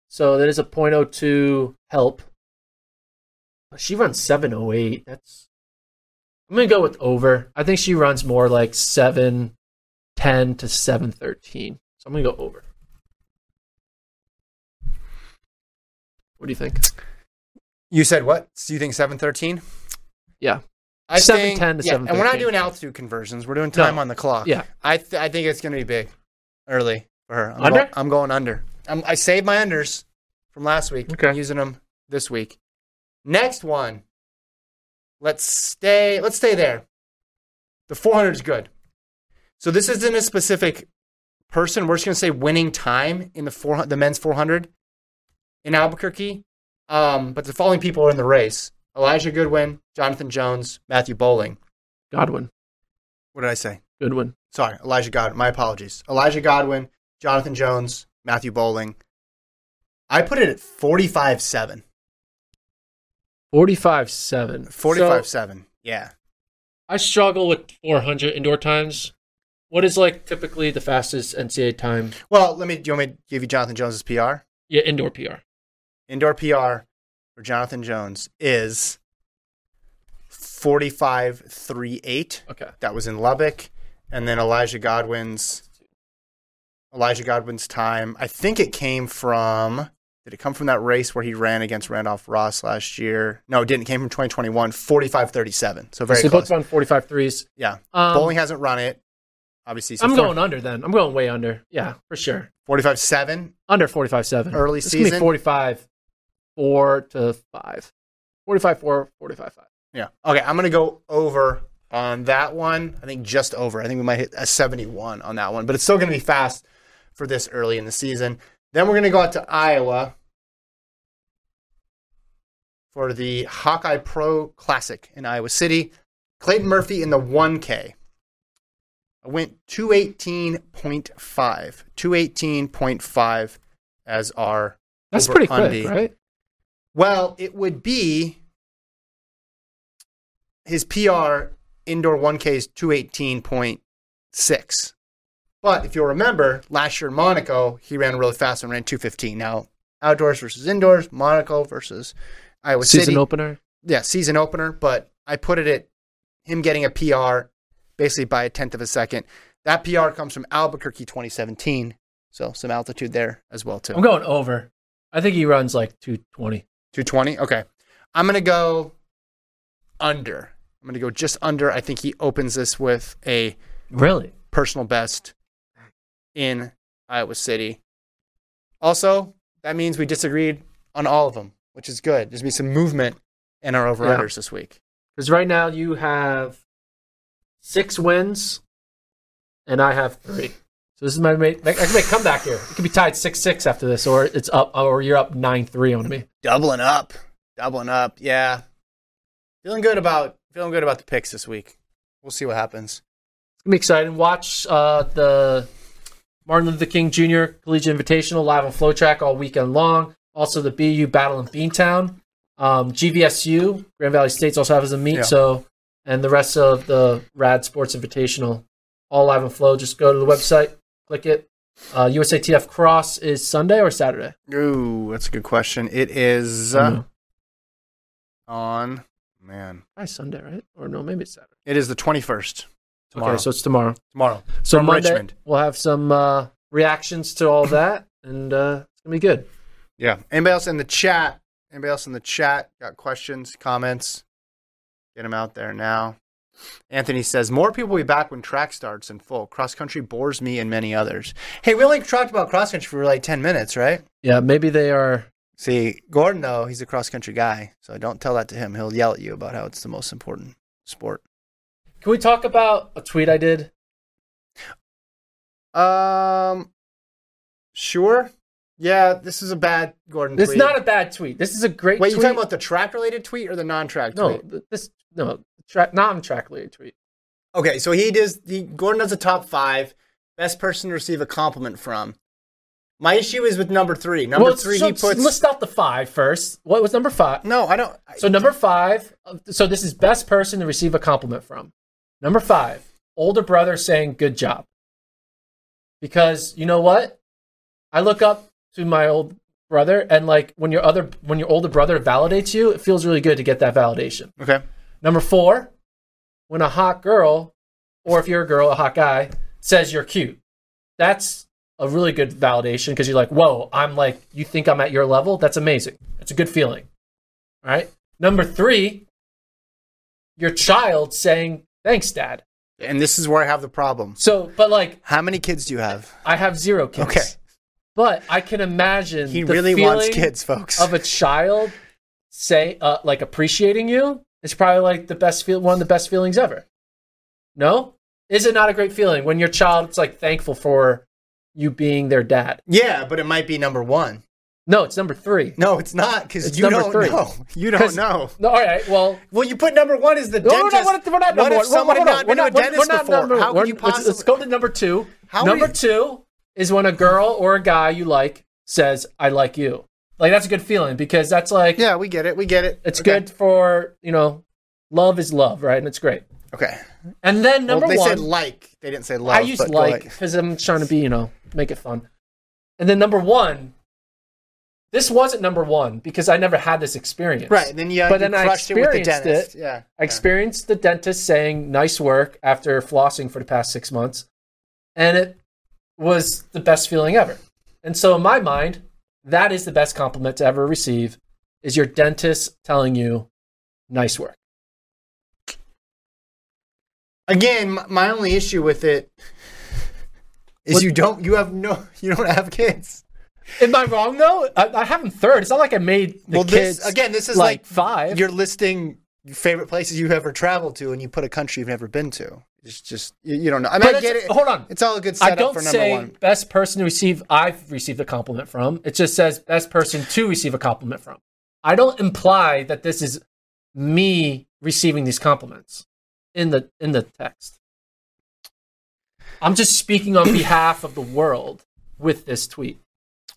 Speaker 2: So that is a 0.02 help. But She runs 708. That's. I'm going to go with over. I think she runs more like 710 to 713. So I'm going to go over. What do you think?
Speaker 1: You said what? So you think 713?
Speaker 2: Yeah.
Speaker 1: I
Speaker 2: 710 to
Speaker 1: yeah, And we're not
Speaker 2: 713.
Speaker 1: doing altitude conversions. We're doing time
Speaker 2: No.
Speaker 1: on the clock.
Speaker 2: Yeah.
Speaker 1: I th- I think it's going to be big early for her. I'm
Speaker 2: Under?
Speaker 1: go- I'm going under. I'm, I saved my unders from last week.
Speaker 2: Okay.
Speaker 1: I'm using them this week. Next one. Let's stay. Let's stay there. The 400 is good. So this isn't a specific person. We're just going to say winning time in the 400, the men's 400 in Albuquerque. Um, but the following people are in the race: Elijah Goodwin, Jonathan Jones, Matthew Bowling.
Speaker 2: Godwin.
Speaker 1: What did I say?
Speaker 2: Goodwin.
Speaker 1: Sorry, Elijah Godwin. My apologies. Elijah Godwin, Jonathan Jones, Matthew Bowling. I put it at 45 7.
Speaker 2: 45 7.
Speaker 1: 45 7. Yeah.
Speaker 2: I struggle with 400 indoor times. What is like typically the fastest NCAA time?
Speaker 1: Well, let me, do you want me to give you Jonathan Jones's PR?
Speaker 2: Yeah, indoor PR.
Speaker 1: Indoor PR for Jonathan Jones is 45 3 8.
Speaker 2: Okay.
Speaker 1: That was in Lubbock. And then Elijah Godwin's. Elijah Godwin's time. I think it came from. Did it come from that race where he ran against Randolph Ross last year? No, it didn't. It came from 2021, 45 37. So very
Speaker 2: so
Speaker 1: close.
Speaker 2: both run 45 threes.
Speaker 1: yeah.
Speaker 2: Um,
Speaker 1: Bowling hasn't run it. Obviously, so
Speaker 2: I'm going under then. I'm going way under. Yeah, for sure.
Speaker 1: 45 7.
Speaker 2: Under 45 7.
Speaker 1: Early season?
Speaker 2: 45 4 to 5. 45 4, 45 5.
Speaker 1: Yeah. Okay. I'm going to go over on that one. I think just over. I think we might hit a 71 on that one, but it's still going to be fast for this early in the season. Then we're going to go out to Iowa for the Hawkeye Pro Classic in Iowa City. Clayton Murphy in the 1K. I went 218.5. 218.5 as our.
Speaker 2: That's
Speaker 1: over
Speaker 2: pretty quick,
Speaker 1: undy.
Speaker 2: right?
Speaker 1: Well, it would be his PR indoor 1K is 218.6. But if you'll remember, last year in Monaco, he ran really fast and ran 215. Now, outdoors versus indoors, Monaco versus Iowa
Speaker 2: Season
Speaker 1: City.
Speaker 2: opener.
Speaker 1: yeah, season opener, but I put it at him getting a PR basically by a tenth of a second. That PR comes from Albuquerque 2017. So some altitude there as well, too.
Speaker 2: I'm going over. I think he runs like 220.
Speaker 1: 220. Okay. I'm going to go under. I'm going to go just under. I think he opens this with a
Speaker 2: Really?
Speaker 1: personal best in Iowa City. Also, that means we disagreed on all of them, which is good. There's going to be some movement in our over unders this week.
Speaker 2: Because right now you have six wins, and I have three. So this is my make, I can make a comeback here. It could be tied six six after this, or it's up, or you're up nine three on me.
Speaker 1: Doubling up. Doubling up. Yeah. Feeling good about feeling good about the picks this week. We'll see what happens.
Speaker 2: It's gonna be exciting. Watch uh, the Martin Luther King Jr. Collegiate Invitational live on FlowTrack all weekend long. Also, the BU Battle in Beantown. Um, GVSU, Grand Valley States, also has a meet.
Speaker 1: Yeah.
Speaker 2: So, and the rest of the Rad Sports Invitational, all live on Flow. Just go to the website, click it. Uh, USATF Cross is Sunday or Saturday?
Speaker 1: Ooh, that's a good question. It is uh,
Speaker 2: I don't know.
Speaker 1: on man.
Speaker 2: Probably Sunday, right? Or no, maybe it's Saturday.
Speaker 1: It is the 21st. Tomorrow.
Speaker 2: Okay, so it's tomorrow.
Speaker 1: tomorrow.
Speaker 2: So
Speaker 1: From
Speaker 2: Monday,
Speaker 1: Richmond.
Speaker 2: we'll have some uh, reactions to all that, and uh, it's gonna be good.
Speaker 1: Yeah. Anybody else in the chat? Anybody else in the chat got questions, comments? Get them out there now. Anthony says more people will be back when track starts in full. Cross country bores me and many others. Hey, we only talked about cross country for like 10 minutes, right?
Speaker 2: Yeah, maybe they are
Speaker 1: See, Gordon though, he's a cross country guy, so don't tell that to him. He'll yell at you about how it's the most important sport.
Speaker 2: Can we talk about a tweet I did?
Speaker 1: Um sure. Yeah, this is a bad Gordon
Speaker 2: It's
Speaker 1: tweet.
Speaker 2: not a bad tweet. This is a great
Speaker 1: Wait, you
Speaker 2: tweet.
Speaker 1: talking about the track related tweet or the non track
Speaker 2: no,
Speaker 1: tweet?
Speaker 2: th- this no tra- non-track related tweet.
Speaker 1: Okay, so he does. The, Gordon does a top five best person to receive a compliment from. My issue is with number three. Number
Speaker 2: well,
Speaker 1: three,
Speaker 2: so
Speaker 1: he puts.
Speaker 2: list out the five first. What was number five?
Speaker 1: no, I don't.
Speaker 2: So number five. uh, So this is best person to receive a compliment from. Number five, older brother saying good job. Because you know what, I look up to my old brother, and like when your other when your older brother validates you, it feels really good to get that validation.
Speaker 1: okay.
Speaker 2: Number four, when a hot girl, or if you're a girl, a hot guy, says you're cute, that's a really good validation because you're like, whoa, I'm like, you think I'm at your level? That's amazing. That's a good feeling. All right. Number three, your child saying, thanks, dad.
Speaker 1: And this is where I have the problem.
Speaker 2: So, but like,
Speaker 1: How many kids do you have?
Speaker 2: I have zero kids.
Speaker 1: Okay.
Speaker 2: But I can imagine
Speaker 1: He
Speaker 2: the
Speaker 1: really wants
Speaker 2: feeling
Speaker 1: kids, folks.
Speaker 2: of a child say uh, like appreciating you is probably like the best feel one of the best feelings ever. No, is it not a great feeling when your child's like thankful for you being their dad?
Speaker 1: Yeah, but it might be number one.
Speaker 2: No, it's number three.
Speaker 1: No, it's not because
Speaker 2: It's
Speaker 1: you
Speaker 2: number
Speaker 1: don't
Speaker 2: three.
Speaker 1: know. You
Speaker 2: 'Cause-
Speaker 1: don't know.
Speaker 2: No, all right. Well,
Speaker 1: Well, you put number one as the
Speaker 2: no, we're
Speaker 1: dentist.
Speaker 2: not, we're not, we're
Speaker 1: what
Speaker 2: not number
Speaker 1: if
Speaker 2: one. We're-
Speaker 1: someone
Speaker 2: we're
Speaker 1: had not been to a
Speaker 2: we're- we're
Speaker 1: dentist
Speaker 2: not
Speaker 1: before?
Speaker 2: number
Speaker 1: How
Speaker 2: one.
Speaker 1: could you
Speaker 2: Let's-
Speaker 1: possibly?
Speaker 2: Let's go to number two.
Speaker 1: How
Speaker 2: number
Speaker 1: are you-
Speaker 2: two is when a girl or a guy you like says, "I like you." Like that's a good feeling because that's like
Speaker 1: Yeah, we get it. We get it.
Speaker 2: it's
Speaker 1: Okay.
Speaker 2: good for you know, love is love, right? And it's great.
Speaker 1: Okay.
Speaker 2: And then number
Speaker 1: well, they
Speaker 2: one,
Speaker 1: said like. They didn't say love.
Speaker 2: I used
Speaker 1: but go
Speaker 2: like
Speaker 1: ahead.
Speaker 2: because I'm trying to be, you know, make it fun. And then number one, this wasn't number one because I never had this experience.
Speaker 1: Right, and then you,
Speaker 2: But
Speaker 1: you
Speaker 2: then I
Speaker 1: crushed it with the
Speaker 2: experienced
Speaker 1: dentist.
Speaker 2: it.
Speaker 1: Yeah,
Speaker 2: I experienced the dentist saying nice work after flossing for the past six months. And it was the best feeling ever. And so in my mind, that is the best compliment to ever receive is your dentist telling you nice work.
Speaker 1: Again, m- my only issue with it is
Speaker 2: What-
Speaker 1: you don't you have no you don't have kids.
Speaker 2: Am I wrong though? I, I have them third. It's not like I made the
Speaker 1: well,
Speaker 2: kids
Speaker 1: this again, this is
Speaker 2: like,
Speaker 1: like,
Speaker 2: five.
Speaker 1: You're listing your favorite places you've ever traveled to, and you put a country you've never been to. It's just you, you don't know. I mean,
Speaker 2: But
Speaker 1: I
Speaker 2: it's-
Speaker 1: get it.
Speaker 2: hold on.
Speaker 1: it's all a good
Speaker 2: I
Speaker 1: setup
Speaker 2: don't
Speaker 1: for number
Speaker 2: say
Speaker 1: one.
Speaker 2: best person to receive. I've received a compliment from. It just says best person to receive a compliment from. I don't imply that this is me receiving these compliments in the in the text. I'm just speaking on behalf of the world with this tweet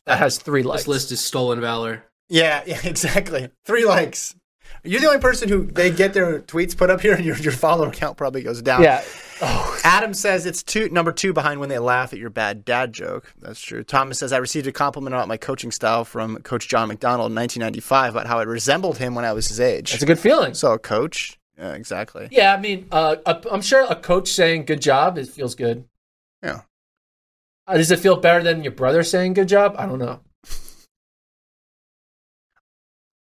Speaker 2: that has three likes.
Speaker 3: This list is stolen valor.
Speaker 1: Yeah, yeah, exactly. Three likes. You're the only person who they get their tweets put up here, and your, your follower count probably goes down.
Speaker 2: yeah. Oh,
Speaker 1: Adam says it's two number two behind when they laugh at your bad dad joke. That's true. Thomas says I received a compliment about my coaching style from Coach John McDonald in 1995 about how it resembled him when I was his age.
Speaker 2: that's a good feeling.
Speaker 1: so, coach. Yeah, exactly.
Speaker 2: Yeah, I mean, uh, a- I'm sure a coach saying "good job" it feels good.
Speaker 1: Yeah.
Speaker 2: Uh, does it feel better than your brother saying "good job"? I don't know.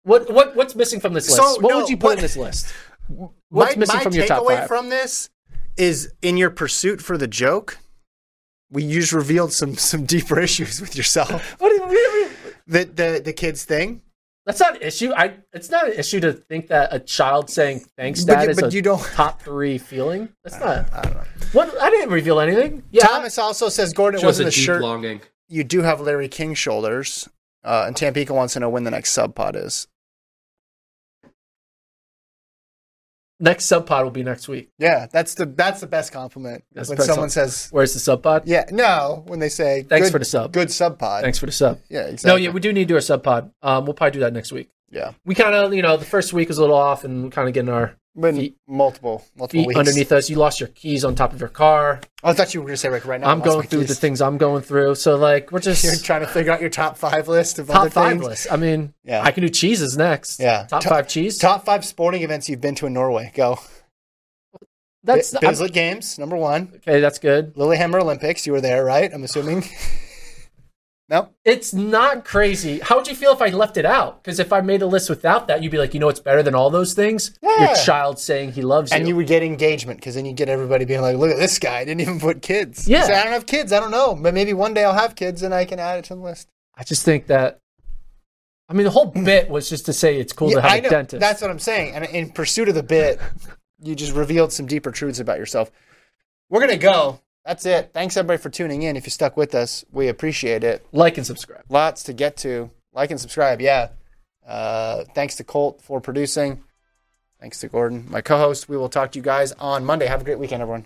Speaker 2: What what what's missing from this list?
Speaker 1: So,
Speaker 2: what
Speaker 1: no,
Speaker 2: would you put
Speaker 1: what-
Speaker 2: in this list? What's missing from your top
Speaker 1: takeaway
Speaker 2: five?
Speaker 1: from this is in your pursuit for the joke, we you just revealed some some deeper issues with yourself.
Speaker 2: What do you- what do you-
Speaker 1: the the the kids thing,
Speaker 2: That's not an issue. I it's not an issue to think that a child saying thanks
Speaker 1: But
Speaker 2: dad
Speaker 1: you-
Speaker 2: is
Speaker 1: but
Speaker 2: a
Speaker 1: you don't-
Speaker 2: top three feeling. That's not. I don't know. What I didn't reveal anything. Yeah,
Speaker 1: Thomas also says Gordon it
Speaker 3: Shows a
Speaker 1: wasn't
Speaker 3: deep
Speaker 1: the shirt.
Speaker 3: longing.
Speaker 1: You do have Larry King shoulders. Uh, and Tampico wants to know when the next sub pod is.
Speaker 2: next subpod will be next week.
Speaker 1: Yeah, that's the that's the best compliment
Speaker 2: That's
Speaker 1: when
Speaker 2: the best
Speaker 1: someone
Speaker 2: compliment.
Speaker 1: says,
Speaker 2: Where's the subpod?
Speaker 1: "Yeah, no," when they say,
Speaker 2: Thanks
Speaker 1: good-
Speaker 2: for the sub.
Speaker 1: good sub pod."
Speaker 2: Thanks for the sub.
Speaker 1: Yeah, exactly.
Speaker 2: No, yeah, we do need to do our sub pod. Um, we'll probably do that next week.
Speaker 1: yeah,
Speaker 2: We kind of, you know, the first week was a little off, and we kind of getting our
Speaker 1: but
Speaker 2: Feet-
Speaker 1: multiple multiple
Speaker 2: feet
Speaker 1: weeks. Oh,
Speaker 2: underneath us. You lost your keys on top of your car.
Speaker 1: I thought you were going to say like right now. I
Speaker 2: I'm
Speaker 1: lost
Speaker 2: going
Speaker 1: my
Speaker 2: through
Speaker 1: keys.
Speaker 2: the things I'm going through. So like, we're just
Speaker 1: You're trying to figure out your top five list of other
Speaker 2: top five
Speaker 1: things.
Speaker 2: list. I mean,
Speaker 1: Yeah.
Speaker 2: I can do cheeses next.
Speaker 1: Yeah.
Speaker 2: top
Speaker 1: Top-
Speaker 2: five cheese.
Speaker 1: Top five sporting events you've been to in Norway. Go.
Speaker 2: that's
Speaker 1: Bi-
Speaker 2: I'm-
Speaker 1: Bislett Games, number one.
Speaker 2: okay. That's good.
Speaker 1: Lillehammer Olympics. You were there, right? I'm assuming. no.
Speaker 2: It's not crazy. How would you feel if I left it out? Because if I made a list without that, you'd be like, you know, what's better than all those things.
Speaker 1: Yeah.
Speaker 2: Your child saying he loves
Speaker 1: And you
Speaker 2: you.
Speaker 1: would get engagement because then you get everybody being like, "Look at this guy! I didn't even put kids." You
Speaker 2: Yeah.
Speaker 1: say, I don't have kids. I don't know, but maybe one day I'll have kids and I can add it to the list.
Speaker 2: I just think that. I mean, the whole bit was just to say it's cool
Speaker 1: Yeah,
Speaker 2: to have
Speaker 1: I
Speaker 2: a
Speaker 1: know.
Speaker 2: dentist.
Speaker 1: That's what I'm saying. And in pursuit of the bit, you just revealed some deeper truths about yourself. We're gonna go. That's it. Thanks everybody for tuning in. If you stuck with us, we appreciate it.
Speaker 2: like and subscribe.
Speaker 1: lots to get to. Like and subscribe. Yeah. Uh, thanks to Colt for producing. Thanks to Gordon, my co host. We will talk to you guys on Monday. Have a great weekend, everyone.